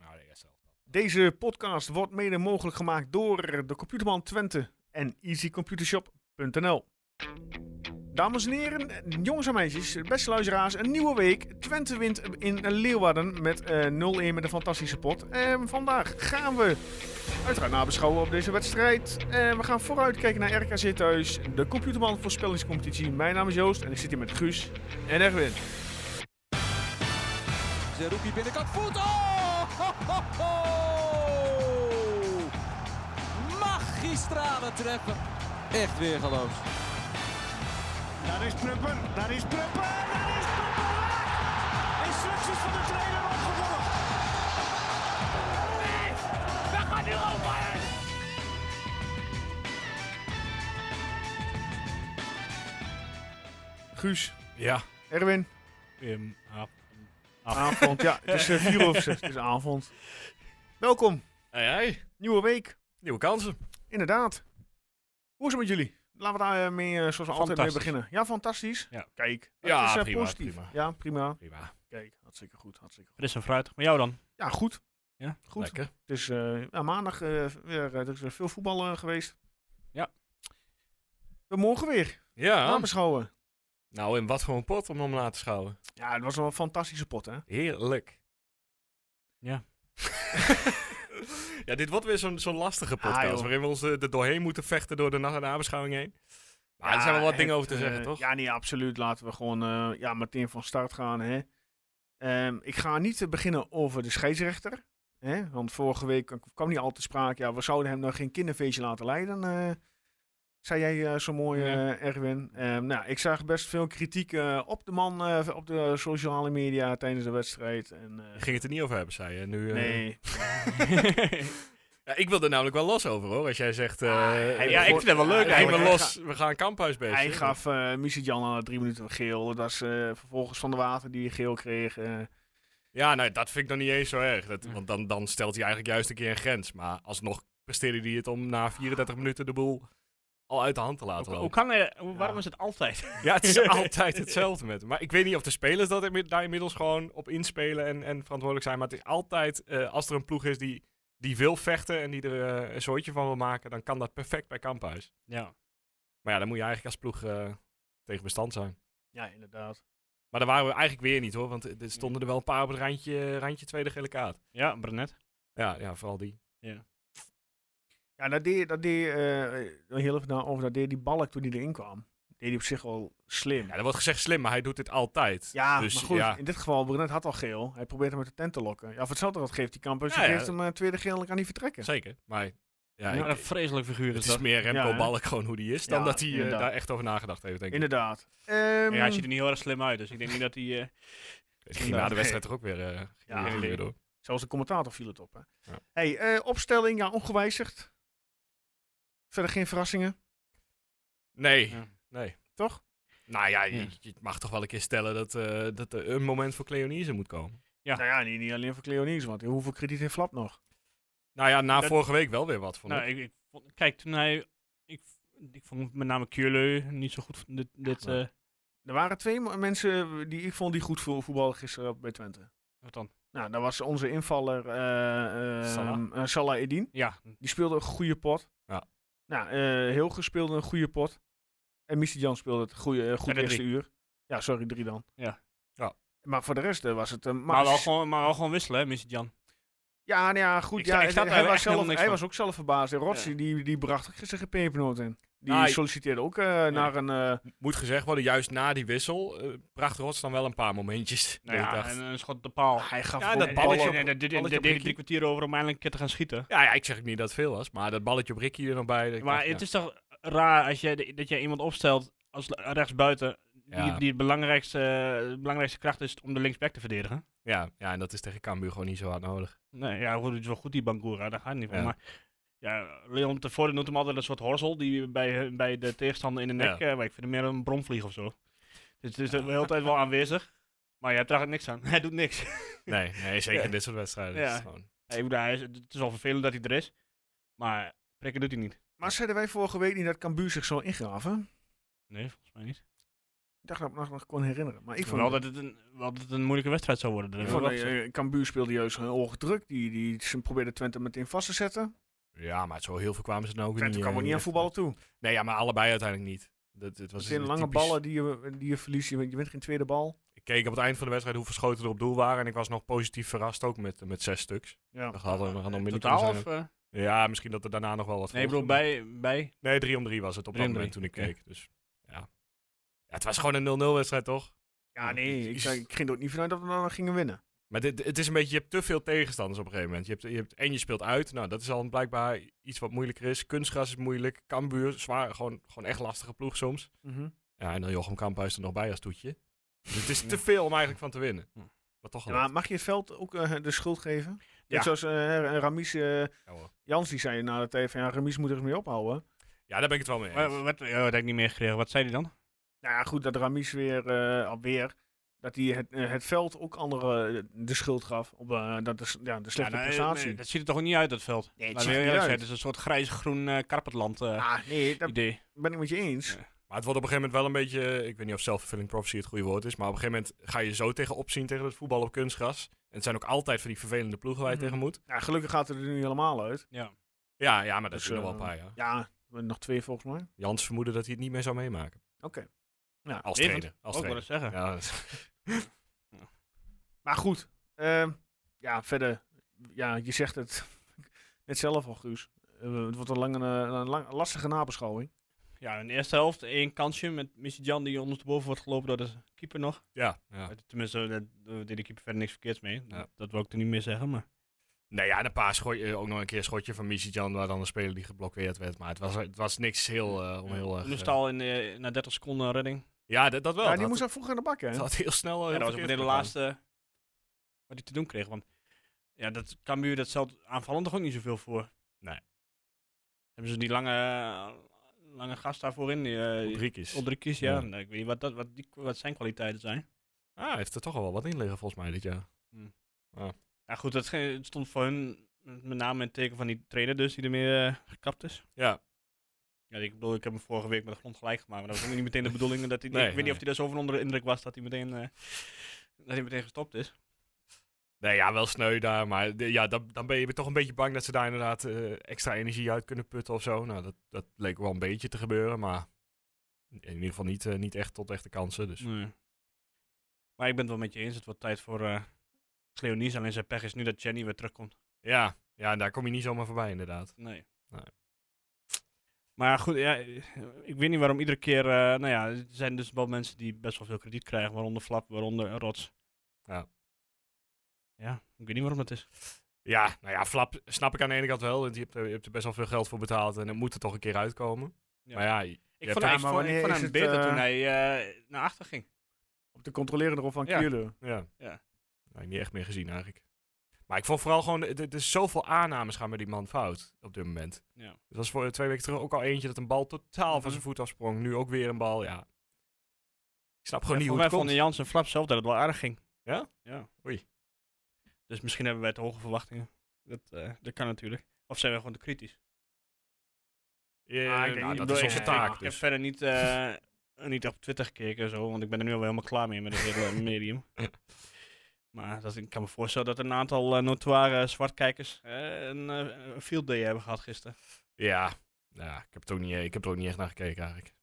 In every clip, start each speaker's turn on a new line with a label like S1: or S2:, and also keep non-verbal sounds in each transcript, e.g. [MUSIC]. S1: zelf dan.
S2: Deze podcast wordt mede mogelijk gemaakt door de Computerman Twente en easycomputershop.nl. Dames en heren, jongens en meisjes, beste luisteraars, een nieuwe week. Twente wint in Leeuwarden met eh, 0-1 met een fantastische pot. En vandaag gaan we uiteraard nabeschouwen op deze wedstrijd. En we gaan vooruitkijken naar RKC thuis, de Computerman voorspellingscompetitie. Mijn naam is Joost en ik zit hier met Guus en Erwin.
S1: Zerouki binnenkant voet. Oh! Ho, ho, ho! Magistrale treppen. Echt weer geloof.
S3: Daar is Prupper, daar is Prupper, daar is Prupper! Instructies van de trainer opgevolgd.
S4: We gaan nu over!
S2: Guus,
S1: Ja.
S2: Erwin,
S1: Wim, af.
S2: avond. Ja, het is eh, vier over zes, het is avond. Welkom,
S1: Hey, hey.
S2: nieuwe week.
S1: Nieuwe kansen.
S2: Inderdaad. Hoe is het met jullie? Laten we daarmee, mee, eh, zoals we altijd, mee
S1: Fantastisch.
S2: beginnen. Ja, fantastisch.
S1: Ja.
S2: Kijk, het
S1: Ja,
S2: is eh,
S1: prima,
S2: positief.
S1: prima.
S2: Ja, prima.
S1: Prima.
S2: Kijk, hartstikke goed, hartstikke goed.
S5: Fris en fruit. Maar jou dan?
S2: Ja, goed.
S5: Ja,
S2: goed.
S1: Lekker.
S2: Het is eh, ja, maandag eh, weer, eh, er is weer veel voetbal eh, geweest.
S5: Ja.
S2: We morgen weer
S6: Ja,
S2: nabeschouwen.
S6: nou en wat voor een pot om hem na te schouwen.
S2: Ja, het was wel een fantastische pot, hè?
S6: Heerlijk.
S5: Ja.
S6: [LAUGHS] ja, dit wordt weer zo'n zo'n lastige
S2: Ah,
S6: podcast
S2: joh.
S6: waarin we ons eh, er doorheen moeten vechten door de na- nabeschouwing heen. Maar
S2: Ja,
S6: er zijn wel wat dingen
S2: het,
S6: over te
S2: eh,
S6: zeggen, toch?
S2: Ja, nee, absoluut. Laten we gewoon eh, ja, meteen van start gaan. Hè. Ehm, ik ga niet eh, beginnen over de scheidsrechter. Hè, want vorige week kwam niet al te sprake. Ja, we zouden hem nog geen kinderfeestje laten leiden. eh, zei jij eh, zo mooi, eh, Erwin. Ehm, nou, ik zag best veel kritiek eh, op de man eh, op de sociale media tijdens de wedstrijd. En, eh,
S6: Je ging het er niet over hebben, zei je. Nu, eh,
S2: nee.
S6: [LAUGHS] ja, ik wil er namelijk wel los over, hoor. Als jij zegt... eh,
S2: Ah, hij-
S6: ja, ik vind het wel leuk.
S2: hij-
S6: Hij wil
S2: hij-
S6: los. We gaan kamphuis bezig.
S2: Hij gaf eh Jan al drie minuten geel. Dat is eh, vervolgens van de water die hij geel kreeg. eh,
S6: Ja, nou, dat vind ik nog niet eens zo erg. Dat, want dan, dan stelt hij eigenlijk juist een keer een grens. Maar alsnog presteerde hij het om na 34 minuten de boel al uit de hand te laten
S5: Hoe,
S6: lopen.
S5: hoe kan hij, hoe- waarom
S2: Ja.
S5: is het altijd? [LAUGHS]
S6: Ja, het is altijd hetzelfde met hem. Maar ik weet niet of de spelers dat inmi- daar inmiddels gewoon op inspelen en, en verantwoordelijk zijn. Maar het is altijd, eh, als er een ploeg is die, die wil vechten en die er eh, een soortje van wil maken, dan kan dat perfect bij Kamphuis.
S5: Ja.
S6: Maar ja, dan moet je eigenlijk als ploeg eh, tegen bestand zijn.
S2: ja, inderdaad.
S6: Maar daar waren we eigenlijk weer niet hoor, want er stonden er wel een paar op het randje, randje tweede gele kaart.
S5: Ja, Brenet.
S6: Ja, ja, vooral die.
S2: Ja, dat deed, dat deed eh, eh, heel even na over, dat deed die balk toen hij erin kwam. Deed hij op zich wel slim.
S6: Ja,
S2: Ja,
S6: er wordt gezegd slim, maar hij doet dit altijd. dus,
S2: maar goed,
S6: ja.
S2: in dit geval, Brunet had al geel. Hij probeert hem uit de tent te lokken. Ja, voor hetzelfde wat geeft die campus.
S6: Ja,
S2: hij
S6: ja.
S2: geeft hem eh, tweede geel en dan kan hij vertrekken.
S6: Zeker. Maar ja,
S5: Ja,
S6: ik-
S5: een vreselijk figuur
S6: het
S5: is
S6: is
S5: dat.
S6: meer Remco
S2: Ja, hè?
S6: Balk gewoon hoe die is, dan
S2: Ja,
S6: dat hij eh,
S2: inderdaad.
S6: daar echt over nagedacht heeft, denk ik.
S2: Inderdaad.
S5: Ja,
S2: Ehm,
S5: hij ziet er niet heel erg slim uit, dus ik denk niet dat hij... eh,
S6: Het ging na de
S2: Nee.
S6: wedstrijd toch ook weer, eh, ging
S2: Ja,
S6: weer gebeuren,
S2: nee.
S6: hoor.
S2: zelfs de commentator viel het op. Hè.
S6: Ja.
S2: Hey, eh, opstelling, ja, ongewijzigd. Verder geen verrassingen,
S6: Nee,
S5: Ja.
S6: nee.
S2: toch?
S6: Nou ja, je,
S5: Ja.
S6: je mag toch wel een keer stellen dat, eh, dat er een moment voor Cleonise moet komen.
S5: Ja.
S2: Nou ja, niet, niet alleen voor Cleonies, want hoeveel krediet heeft Flap nog?
S6: Nou ja, na
S5: Dat-
S6: vorige week wel weer wat, vond
S5: nou,
S6: ik.
S5: ik, ik vond- kijk, toen hij... Ik, ik vond met name Kjurleu niet zo goed dit, dit
S6: maar-
S5: eh,
S2: Er waren twee mo- mensen eh, die ik vond die goed voor voetbal gisteren op- bij Twente.
S5: wat dan?
S2: Nou, dat was onze invaller eh, eh,
S6: Salah.
S2: eh, Salah Edin.
S5: Ja,
S2: Die speelde een goede pot.
S6: Ja.
S2: Nou, eh Hilge speelde een goede pot. En Misty Jan speelde het goede, eh, goed
S5: En de
S2: eerste
S5: drie.
S2: uur. Ja, sorry, drie dan.
S5: Ja.
S6: Ja.
S2: Maar voor de rest eh, was het... een
S5: maar, wel gewoon, maar wel gewoon wisselen, hè, Missy Jan.
S2: Ja, nou ja, goed.
S5: Ik
S2: ja,
S5: sta- ik
S2: en-
S5: snap
S2: en
S5: daar
S2: hij
S5: echt
S2: was, zelf,
S5: helemaal niks
S2: hij
S5: van.
S2: was ook zelf verbaasd. En Rotsi, die, die bracht ook gisteren geen pepernoot in. Die
S6: Nou, ik-
S2: solliciteerde ook eh, naar een... eh,
S6: Moet gezegd worden, juist na die wissel eh, bracht Rots dan wel een paar momentjes. [LAUGHS]
S5: Nou
S6: dat ik
S5: ja,
S6: dacht-
S5: en een schot op de paal.
S2: hij gaf
S6: Ja,
S2: ook
S6: dat
S5: En-
S2: ballen
S5: en-
S6: balletje
S5: en-
S6: op-
S2: op-
S5: en- en- Dit dit-
S6: balletje
S5: dit
S6: op
S5: deed
S6: Ricky.
S5: drie kwartier over om eindelijk een keer te gaan schieten.
S6: ja, ja, ik zeg ook niet dat het veel was, maar dat balletje op Ricky er nog bij. dat ik
S5: Maar
S6: dacht,
S5: het
S6: ja.
S5: is toch raar als jij, dat jij iemand opstelt als l- rechtsbuiten...
S6: Ja.
S5: Die, die het belangrijkste, eh, de belangrijkste kracht is om de linksback te verdedigen.
S6: ja, ja, en dat is tegen Cambuur gewoon niet zo hard nodig.
S5: Nee, ja, goed, het is wel goed die Bangura, daar gaat het niet van.
S6: Ja.
S5: Maar ja, Leon tevoren noemt hem altijd een soort horsel die bij, hun- bij de tegenstander in de nek, eh, maar ik vind hem meer een bromvlieg of zo. Dus het is de hele tijd wel aanwezig, maar je hebt daar niks aan. [LAUGHS] Hij doet niks.
S6: Nee, nee zeker
S5: Ja.
S6: in dit soort wedstrijden.
S5: Ja.
S6: is het gewoon-
S5: Hij- ik bedoel, hij is, het is al vervelend dat hij er is, maar prikken doet hij niet.
S2: Maar zeiden wij vorige week niet dat Cambuur zich zo ingraven?
S5: Nee, volgens mij niet.
S2: dacht dat ik me nog, nog kon herinneren. Maar ik vond
S5: Wel dat het, een, wel dat het een moeilijke wedstrijd zou worden. dat
S2: Ik
S5: heb ik
S2: vond
S5: wel
S2: dat
S5: gezegd.
S2: eh, Cambuur speelde juist heel hoog druk. Die, die, ze probeerden Twente meteen vast te zetten.
S6: Ja, maar zo heel veel kwamen ze nou ook
S2: Twente
S6: niet.
S2: kwam
S6: eh,
S2: ook niet aan voetballen toe.
S6: Nee, ja, maar allebei uiteindelijk niet. Dat, het was
S2: Het zijn
S6: een
S2: lange
S6: typisch-
S2: ballen die je, die je verliest. Je, wint- je wint geen tweede bal.
S6: Ik keek op het eind van de wedstrijd hoeveel schoten er op doel waren. En ik was nog positief verrast ook met, met zes stuks.
S2: Ja.
S6: Dat hadden we nog minder kunnen
S5: Oh. Totaal
S6: zijn
S5: of...
S6: ook.
S5: eh,
S6: Ja, misschien dat er daarna nog wel wat
S5: nee, ik bedoel,
S6: volgde.
S5: bij... bij
S6: Nee, 3 om 3 was het op dat
S5: Drie om
S6: moment toen
S5: drie,
S6: ik keek. Dus, ja. ja, het was gewoon een 0-0 wedstrijd, toch?
S2: Ja, nee. Ik,
S6: Is-
S2: zei- ik ging er ook niet vanuit dat we dan nog gingen winnen.
S6: Maar dit, het is een beetje, je hebt te veel tegenstanders op een gegeven moment. Je hebt, je hebt, en je speelt uit. Nou, dat is al blijkbaar iets wat moeilijker is. Kunstgras is moeilijk. Kambuur, zwaar, gewoon, gewoon echt lastige ploeg soms.
S2: Mhm.
S6: Ja, en dan Jochem Kamphuis er nog bij als toetje. Dus het is te veel om eigenlijk van te winnen.
S5: Ja.
S6: Maar toch
S2: Ja,
S6: al.
S2: maar mag je het veld ook eh, de schuld geven?
S6: Ja.
S2: Net zoals eh, Ramis eh,
S6: Ja, hoor.
S2: Jans die zei na de tijd van ja, Ramis moet er eens mee ophouden.
S6: Ja, daar ben ik het wel mee
S5: wa-
S6: eens.
S5: wa- wat, oh, dat heb ik niet meer gekregen. Wat zei hij dan?
S2: Nou ja, goed dat Ramis weer, eh, alweer, dat hij het, eh, het veld ook anderen eh, de schuld gaf. Op eh, dat de, s- ja, de slechte
S5: Ja, nou, eh,
S2: prestatie.
S5: Dat ziet er toch ook niet uit, dat veld?
S2: Nee, het
S5: Laten
S2: ziet
S5: we
S2: er niet
S5: eerlijk zijn,
S2: uit.
S5: Het is een soort grijs-groen eh karpetland eh,
S2: ah, nee, dat
S5: idee.
S2: ben ik met je eens.
S5: Ja.
S6: Maar het wordt op een gegeven moment wel een beetje, ik weet niet of self-fulfilling prophecy het goede woord is, maar op een gegeven moment ga je zo tegen opzien tegen het voetbal op kunstgras. En het zijn ook altijd van die vervelende ploegen waar je
S2: Mhm.
S6: tegen moet.
S2: Ja, gelukkig gaat het er nu helemaal uit.
S5: Ja.
S6: Ja, ja maar dat
S2: Dus,
S6: is er wel een
S2: eh,
S6: paar jaar.
S2: Ja, we hebben nog twee volgens mij.
S6: Jans vermoedde dat hij het niet meer zou meemaken.
S2: Oké. Ja,
S6: als
S5: even.
S6: trainer. Als
S5: Nou, Ook wel
S6: trainer.
S5: eens zeggen.
S6: Ja, dat is- [LAUGHS]
S2: Maar goed, ehm, ja, verder. Ja, je zegt het [LAUGHS] net zelf al, Guus. Eh, het wordt een, lange, eh, een lang, lastige nabeschouwing.
S5: Ja, in de eerste helft één kansje met Missy Jan die ondersteboven wordt gelopen door de keeper nog.
S6: ja, ja.
S5: Tenminste, eh, daar deed de keeper verder niks verkeerds mee.
S6: Ja.
S5: Dat wil ik er niet meer zeggen, maar...
S6: Nou ja, en een paar scho- eh, ook nog een keer een schotje van Jan waar dan een speler die geblokkeerd werd. Maar het was, het was niks heel... eh, om heel erg, eh,
S5: Loestal in eh, na 30 seconden een
S6: Oh,
S5: redding.
S6: ja, dat, dat wel.
S2: ja,
S6: Dat
S2: die
S6: had-
S2: moest al vroeg aan de bak, hè?
S6: dat had heel snel... eh,
S5: Ja,
S6: heel
S5: dat was
S6: verkeerd
S5: meteen de
S6: gegaan.
S5: laatste eh, wat hij te doen kreeg. Want ja, dat Cambuur, dat stelt aanvallend toch ook niet zoveel voor.
S6: Nee.
S5: Hebben ze die lange, lange gast daarvoor in? Die, eh, die-
S6: Ulrich is.
S5: Ulrikis, ja.
S6: Ja.
S5: Nou, ik weet niet wat, dat, wat, die, wat zijn kwaliteiten zijn.
S6: Ah, hij heeft er toch al wel wat in liggen volgens mij dit jaar.
S5: Ja, goed, dat ge- het stond voor hun met name in het teken van die trainer dus, die ermee eh, gekapt is.
S6: Ja,
S5: Ja, ik bedoel, ik heb hem vorige week met de grond gelijk gemaakt, maar dat was ook niet meteen de bedoeling. Dat hij,
S6: Nee,
S5: ik weet
S6: nee.
S5: niet of hij daar zo van onder de indruk was dat hij meteen, eh, dat hij meteen gestopt is.
S6: Nee, ja, wel sneu daar. Maar de- ja, dan, dan ben je toch een beetje bang dat ze daar inderdaad eh, extra energie uit kunnen putten of zo. Nou, dat, dat leek wel een beetje te gebeuren, maar in ieder geval niet, eh, niet echt tot echte kansen. Dus.
S5: Nee. Maar ik ben het wel met je eens. Het wordt tijd voor eh Cleonice. Alleen zijn pech is nu dat Jenny weer terugkomt.
S6: Ja, ja, en daar kom je niet zomaar voorbij inderdaad.
S5: Nee.
S6: Nee.
S5: Maar goed, ja, ik weet niet waarom iedere keer... eh, nou ja, er zijn dus wel mensen die best wel veel krediet krijgen. Waaronder Flap, waaronder een Rots.
S6: Ja.
S5: Ja, ik weet niet waarom dat is.
S6: Ja, nou ja, flap snap ik aan de ene kant wel. Want je hebt, er- je hebt er best wel veel geld voor betaald en het moet er toch een keer uitkomen.
S5: Ja.
S6: Maar ja, je-
S5: Ik
S6: hebt
S5: vond,
S6: daar-
S5: hem- ik
S2: maar
S5: vond, ik
S2: wanneer
S5: vond
S2: is
S5: hem
S2: het,
S5: beter
S2: eh,
S5: toen hij eh, naar achter ging.
S2: Op de controlerende rol van
S5: Ja.
S2: Kierle.
S6: ja.
S5: Ja.
S6: Nou, niet echt meer gezien eigenlijk. Maar ik vond vooral gewoon, er- er is zoveel aannames gaan met die man fout op dit moment.
S5: Ja.
S6: Het was voor eh, twee weken terug ook al eentje dat een bal totaal van zijn voet afsprong. Nu ook weer een bal, ja. Ik snap gewoon
S5: Ja,
S6: niet
S5: Volgens
S6: hoe
S5: mij
S6: het komt.
S5: vonden Jans en Flap zelf dat het wel aardig ging.
S6: Ja?
S5: Ja.
S6: Oei.
S5: Dus misschien hebben wij te hoge verwachtingen. Dat, eh, dat kan natuurlijk. Of zijn wij gewoon te kritisch?
S6: Ja,
S2: Ah, ik denk
S6: nou,
S2: niet-
S6: dat
S5: bedoel,
S6: is
S5: ik-
S6: onze
S5: ik-
S6: taak
S5: Ik heb
S6: dus.
S5: verder niet, eh, niet op Twitter gekeken en zo, want ik ben er nu al helemaal klaar mee met
S6: [LAUGHS]
S5: het hele medium. Maar dat, ik kan me voorstellen dat een aantal eh, notoire zwartkijkers eh, een eh, een field day hebben gehad gisteren.
S6: Ja, ja ik, heb het ook niet, eh, ik heb er ook niet echt naar gekeken eigenlijk.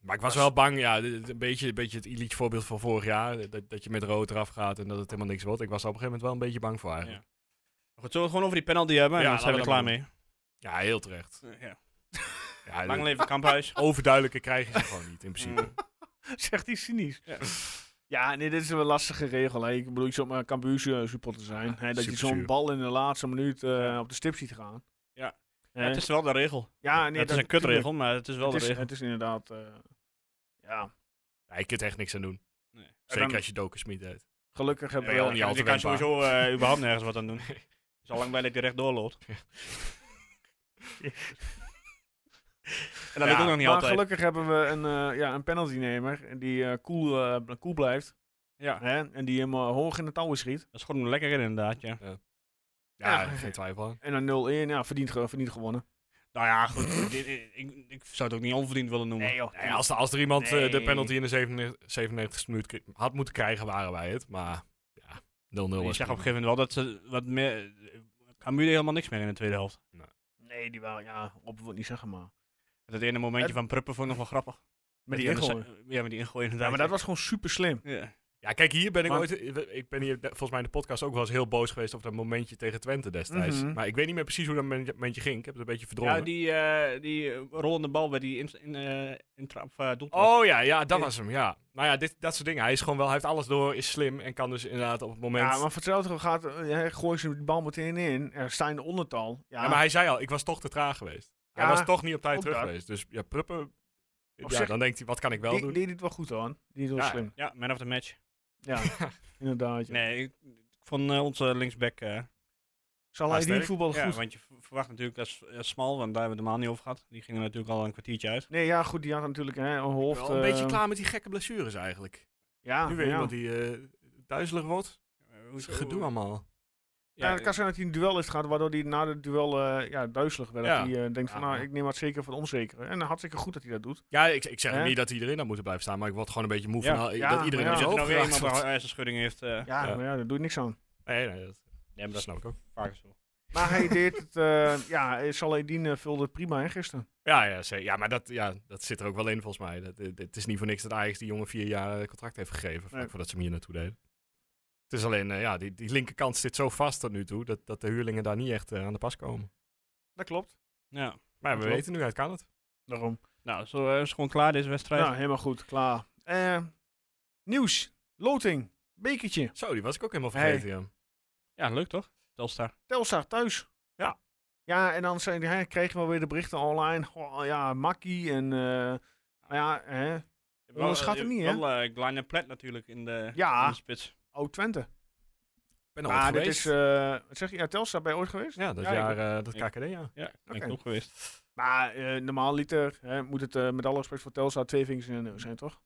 S6: Maar ik was wel bang, ja, dit- dit- een beetje, een beetje het Illich voorbeeld van vorig jaar. Dat, dat je met rood eraf gaat en dat het helemaal niks wordt. Ik was er op een gegeven moment wel een beetje bang voor eigenlijk.
S5: Maar goed, zullen we het gewoon over die penalty hebben en
S6: Ja,
S5: dan zijn we er klaar
S6: laten we
S5: mee.
S6: Ja, heel terecht.
S5: Eh, ja.
S6: Ja,
S5: Lang
S6: de-
S5: leven
S6: [LAUGHS]
S5: Kamphuis. Mm.
S6: overduidelijker krijg je ze gewoon niet in principe.
S5: [LAUGHS]
S2: Zegt hij cynisch.
S5: Ja.
S2: Ja. nee, dit is een lastige regel. Hè. Ik bedoel, je zou maar Cambuur supporter zijn. hè, dat je
S6: Ah, super
S2: zo'n
S6: zuur.
S2: bal in de laatste minuut eh, op de stip ziet gaan.
S5: Ja.
S2: Hè?
S5: het is wel de regel.
S2: ja, nee,
S5: het is een kutregel, maar het is wel
S2: Het
S5: de
S2: is,
S5: regel.
S2: het is inderdaad... eh, ja,
S6: ja, je kunt er echt niks aan doen.
S5: Nee.
S6: Zeker
S2: Dan-
S6: als je doken smiet uit.
S2: gelukkig hebben
S6: Ja,
S2: we...
S6: al niet al te
S5: je kan
S6: wendbaar.
S5: sowieso eh, überhaupt nergens
S2: [LAUGHS]
S5: wat aan doen. Zolang bij dat je rechtdoor loopt. [LAUGHS] en dat lukt ook nog niet
S2: maar
S5: altijd.
S2: gelukkig hebben we een, eh ja, een penaltynemer die eh, cool, eh, cool blijft.
S5: Ja,
S2: Hè? En die hem eh, hoog in de touwen schiet.
S5: dat schoot hem lekker in inderdaad, ja.
S6: Ja,
S2: Ja.
S6: geen twijfel aan.
S2: En een 0-1, ja, verdient, ge- verdient gewonnen.
S5: Nou
S2: [LAUGHS]
S5: ja, goed. dit- ik, ik, ik zou het ook niet onverdiend willen noemen.
S3: joh.
S6: Nee, als, als er iemand eh, de
S5: Nee.
S6: penalty in de 97 e minuut k- had moeten krijgen, waren wij het. Maar ja, 0-0
S5: Maar je
S6: was
S5: zag op
S6: prima.
S5: een gegeven moment wel dat ze wat meer... eh, Camus deed helemaal niks meer in de tweede helft.
S2: Nee, die waren, ja, op wil ik niet zeggen, maar.
S5: Dat ene momentje
S2: Het-
S5: van Pruppen vond ik nog wel grappig.
S2: Met die
S5: Dat hij aan de
S2: ingooi.
S5: zij- Ja, met die ingooi
S2: Ja,
S5: inderdaad.
S2: maar dat was gewoon super slim.
S5: Ja.
S6: Ja, kijk, hier ben ik
S5: Maar-
S6: ooit... Ik ben hier volgens mij in de podcast ook wel eens heel boos geweest op dat momentje tegen Twente destijds.
S2: Mhm.
S6: Maar ik weet niet meer precies hoe dat momentje- momentje ging. Ik heb het een beetje verdrongen.
S5: Ja, die, eh, die eh, rollende bal bij die in, in, eh, intra- of, eh, doeltrap.
S6: Oh ja, ja, dat was hem, ja. Nou ja, dit, dat soort dingen. Hij is gewoon wel... Hij heeft alles door, is slim en kan dus inderdaad op het moment...
S2: Ja, maar verteld gaat, eh, hij gooit ze die bal meteen in. Er sta in de ondertal. Ja,
S6: Ja, maar hij zei al, ik was toch te traag geweest.
S2: Ja,
S6: hij was toch niet op tijd
S2: ook
S6: terug
S2: dat.
S6: geweest. Dus ja, Pruppen...
S2: Op
S6: Ja,
S2: zich-
S6: dan denkt hij, wat kan ik wel
S2: die,
S6: doen?
S2: die deed het wel goed hoor. Die deed wel
S6: Ja.
S2: slim.
S5: Ja, man of the match.
S6: [LAUGHS]
S2: Ja, inderdaad. ja.
S5: Nee, ik, ik vond eh, onze linksback... eh,
S2: Zal
S6: Ah,
S2: hij die
S6: sterk.
S2: voetbal
S5: ja,
S2: goed?
S5: want je v- verwacht natuurlijk dat is eh, Smal, want daar hebben we het helemaal niet over gehad. Die ging er natuurlijk al een kwartiertje uit.
S2: Nee, ja, goed. Die had natuurlijk hè, een hoofd.
S6: wel een beetje
S2: eh,
S6: klaar met die gekke blessures eigenlijk.
S2: Ja,
S6: nu weer
S2: ja.
S6: iemand die eh, duizelig wordt.
S5: Eh,
S6: Dat
S5: hoe
S6: is gedoe allemaal.
S2: Ja, het kan zijn dat hij een duel heeft gehad, waardoor hij na het duel eh, ja, duizelig werd.
S6: Ja.
S2: Dat hij eh, denkt van,
S6: Ja.
S2: nou, ik neem wat zeker voor het onzekere. En hartstikke goed dat hij dat doet.
S6: Ja, ik, ik zeg
S2: Hè?
S6: niet dat iedereen daar moeten blijven staan, maar ik word gewoon een beetje moe
S5: Ja.
S6: van al-
S2: Ja,
S6: dat iedereen
S2: maar
S6: op
S5: als
S6: zijn
S5: er nou
S6: hoofd
S5: weer iemand
S6: geraakt
S5: een
S6: wordt.
S5: ijzerschudding heeft, eh,
S2: Ja,
S6: Ja.
S2: maar ja, daar doe je niks aan.
S6: Nee, nee, dat,
S5: ja, maar
S6: dat
S5: dat
S6: snap ik ook.
S5: is vaak zo.
S2: Maar hij deed het, eh ja, Saladin eh, vulde het prima in gisteren.
S6: Ja, ja, ze- ja maar dat, ja, dat zit er ook wel in volgens mij. Dat, dit- het is niet voor niks dat Ajax die jongen vier jaar eh, contract heeft gegeven, vlak
S2: Nee.
S6: voordat ze hem hier naartoe deden. Het is alleen, eh, ja, die, die linkerkant zit zo vast tot nu toe, dat, dat de huurlingen daar niet echt eh, aan de pas komen.
S2: Dat klopt.
S5: Ja.
S6: Maar ja,
S2: Dat
S6: we
S2: klopt.
S6: weten nu, hij kan het.
S2: Daarom.
S5: Nou, zo eh, is het gewoon klaar deze wedstrijd.
S2: Nou, helemaal goed. Klaar. Eh, nieuws. Loting. Bekertje.
S6: Zo, die was ik ook helemaal
S2: Hey.
S6: vergeten, ja.
S5: Ja, leuk toch? Telstar.
S2: Telstar thuis.
S6: Ja.
S2: Ja, en dan zijn, die- hè, kreeg je wel weer de berichten online. Oh, ja, Makkie en... eh, nou ja, hè, Onderschat hem niet, hè?
S5: Wel eh, Glenn en Plet natuurlijk in de,
S2: Ja.
S5: in de spits.
S2: Oud Twente.
S6: Ik ben al
S2: Maar dit
S6: geweest.
S2: is... eh, wat zeg je? Ja, Telstar ben je ooit geweest?
S6: ja, dat
S5: Ja, ik
S6: jaar,
S5: ben-
S6: eh, dat
S5: ik-
S6: KKD, ja.
S5: Ja, ben
S2: Oké.
S5: ik nog geweest.
S2: Maar eh, normaal liter hè, moet het eh, met alle respect voor Telstar twee vingers in de neus zijn, toch?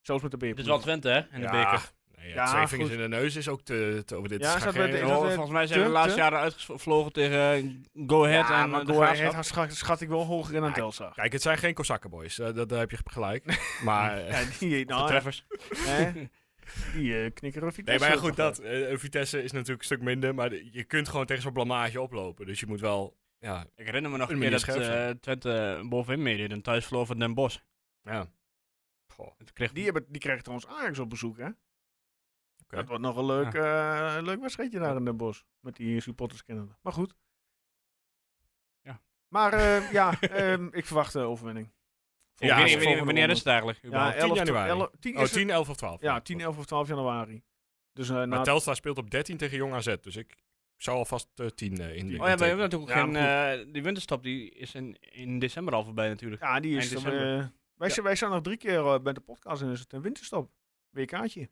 S2: Zelfs met de beker.
S5: Dit is wel Twente, hè? In de
S6: ja.
S5: beker.
S6: Nee, ja,
S2: Ja,
S6: twee vingers
S2: goed.
S6: in de neus is ook te, te over dit.
S2: Ja,
S6: is
S2: is
S6: ga
S2: dat met
S6: geen-
S2: de-
S5: Oh,
S2: eh,
S5: volgens mij zijn we de
S2: Twente?
S5: laatste jaren uitgevlogen tegen eh, Go Ahead
S2: ja,
S5: en
S2: maar
S5: eh, de
S2: Go Ahead
S5: Graafschap.
S2: had schat, schat ik wel hoger in dan
S6: Ja,
S2: Telstar.
S6: Kijk, het zijn geen Kozakkenboys, eh, dat, daar heb je
S2: [LAUGHS]
S6: gelijk. maar, eh,
S2: Ja, die,
S5: De
S2: nou,
S5: treffers.
S2: hè, die eh knikkeren Vitesse.
S6: nee, maar ja, goed,
S2: toch wel.
S6: dat. eh, eh, Vitesse is natuurlijk een stuk minder, maar de- je kunt gewoon tegen zo'n blamage oplopen. Dus je moet wel, ja,
S5: Ik herinner me nog
S6: Een
S5: een keer dat
S6: manier scherp zijn.
S5: eh, Twente bovenin meedeed en thuis verloor van Den Bosch.
S6: ja.
S5: En toen kreeg
S2: Die, hebben, die krijgen trouwens Ajax op bezoek, hè?
S6: Oké.
S2: Dat wordt nog een leuk, eh, leuk wedstrijdje daar in Den Bosch. Met die supporters kennen. Maar goed.
S5: Ja.
S2: Maar
S5: [LAUGHS]
S2: eh, ja, ehm, ik verwacht eh, overwinning.
S5: Ik
S6: Ja,
S5: weet niet,
S6: volgende
S5: wanneer- wanneer is het eigenlijk?
S2: Ja,
S6: eh,
S5: überhaupt? Oh
S2: 11 tot-
S6: januari.
S2: 11 10
S6: Oh,
S2: is het-
S6: 10, 11 of 12.
S2: Ja, 10, 11 of 12 januari. Dus eh,
S6: Maar
S2: na
S6: Telstra speelt op 13 tegen Jong AZ, dus ik zou alvast eh, 10 eh, in de
S5: Oh ja, maar je hebt natuurlijk
S2: Ja,
S5: geen...
S2: maar
S5: eh, die winterstop die is in, in december al voorbij natuurlijk.
S2: Ja, die is.
S5: Eind
S2: dan,
S5: december.
S2: eh, wij, zijn, wij zijn nog drie keer eh, bij de podcast en is het een winterstop. WK'tje.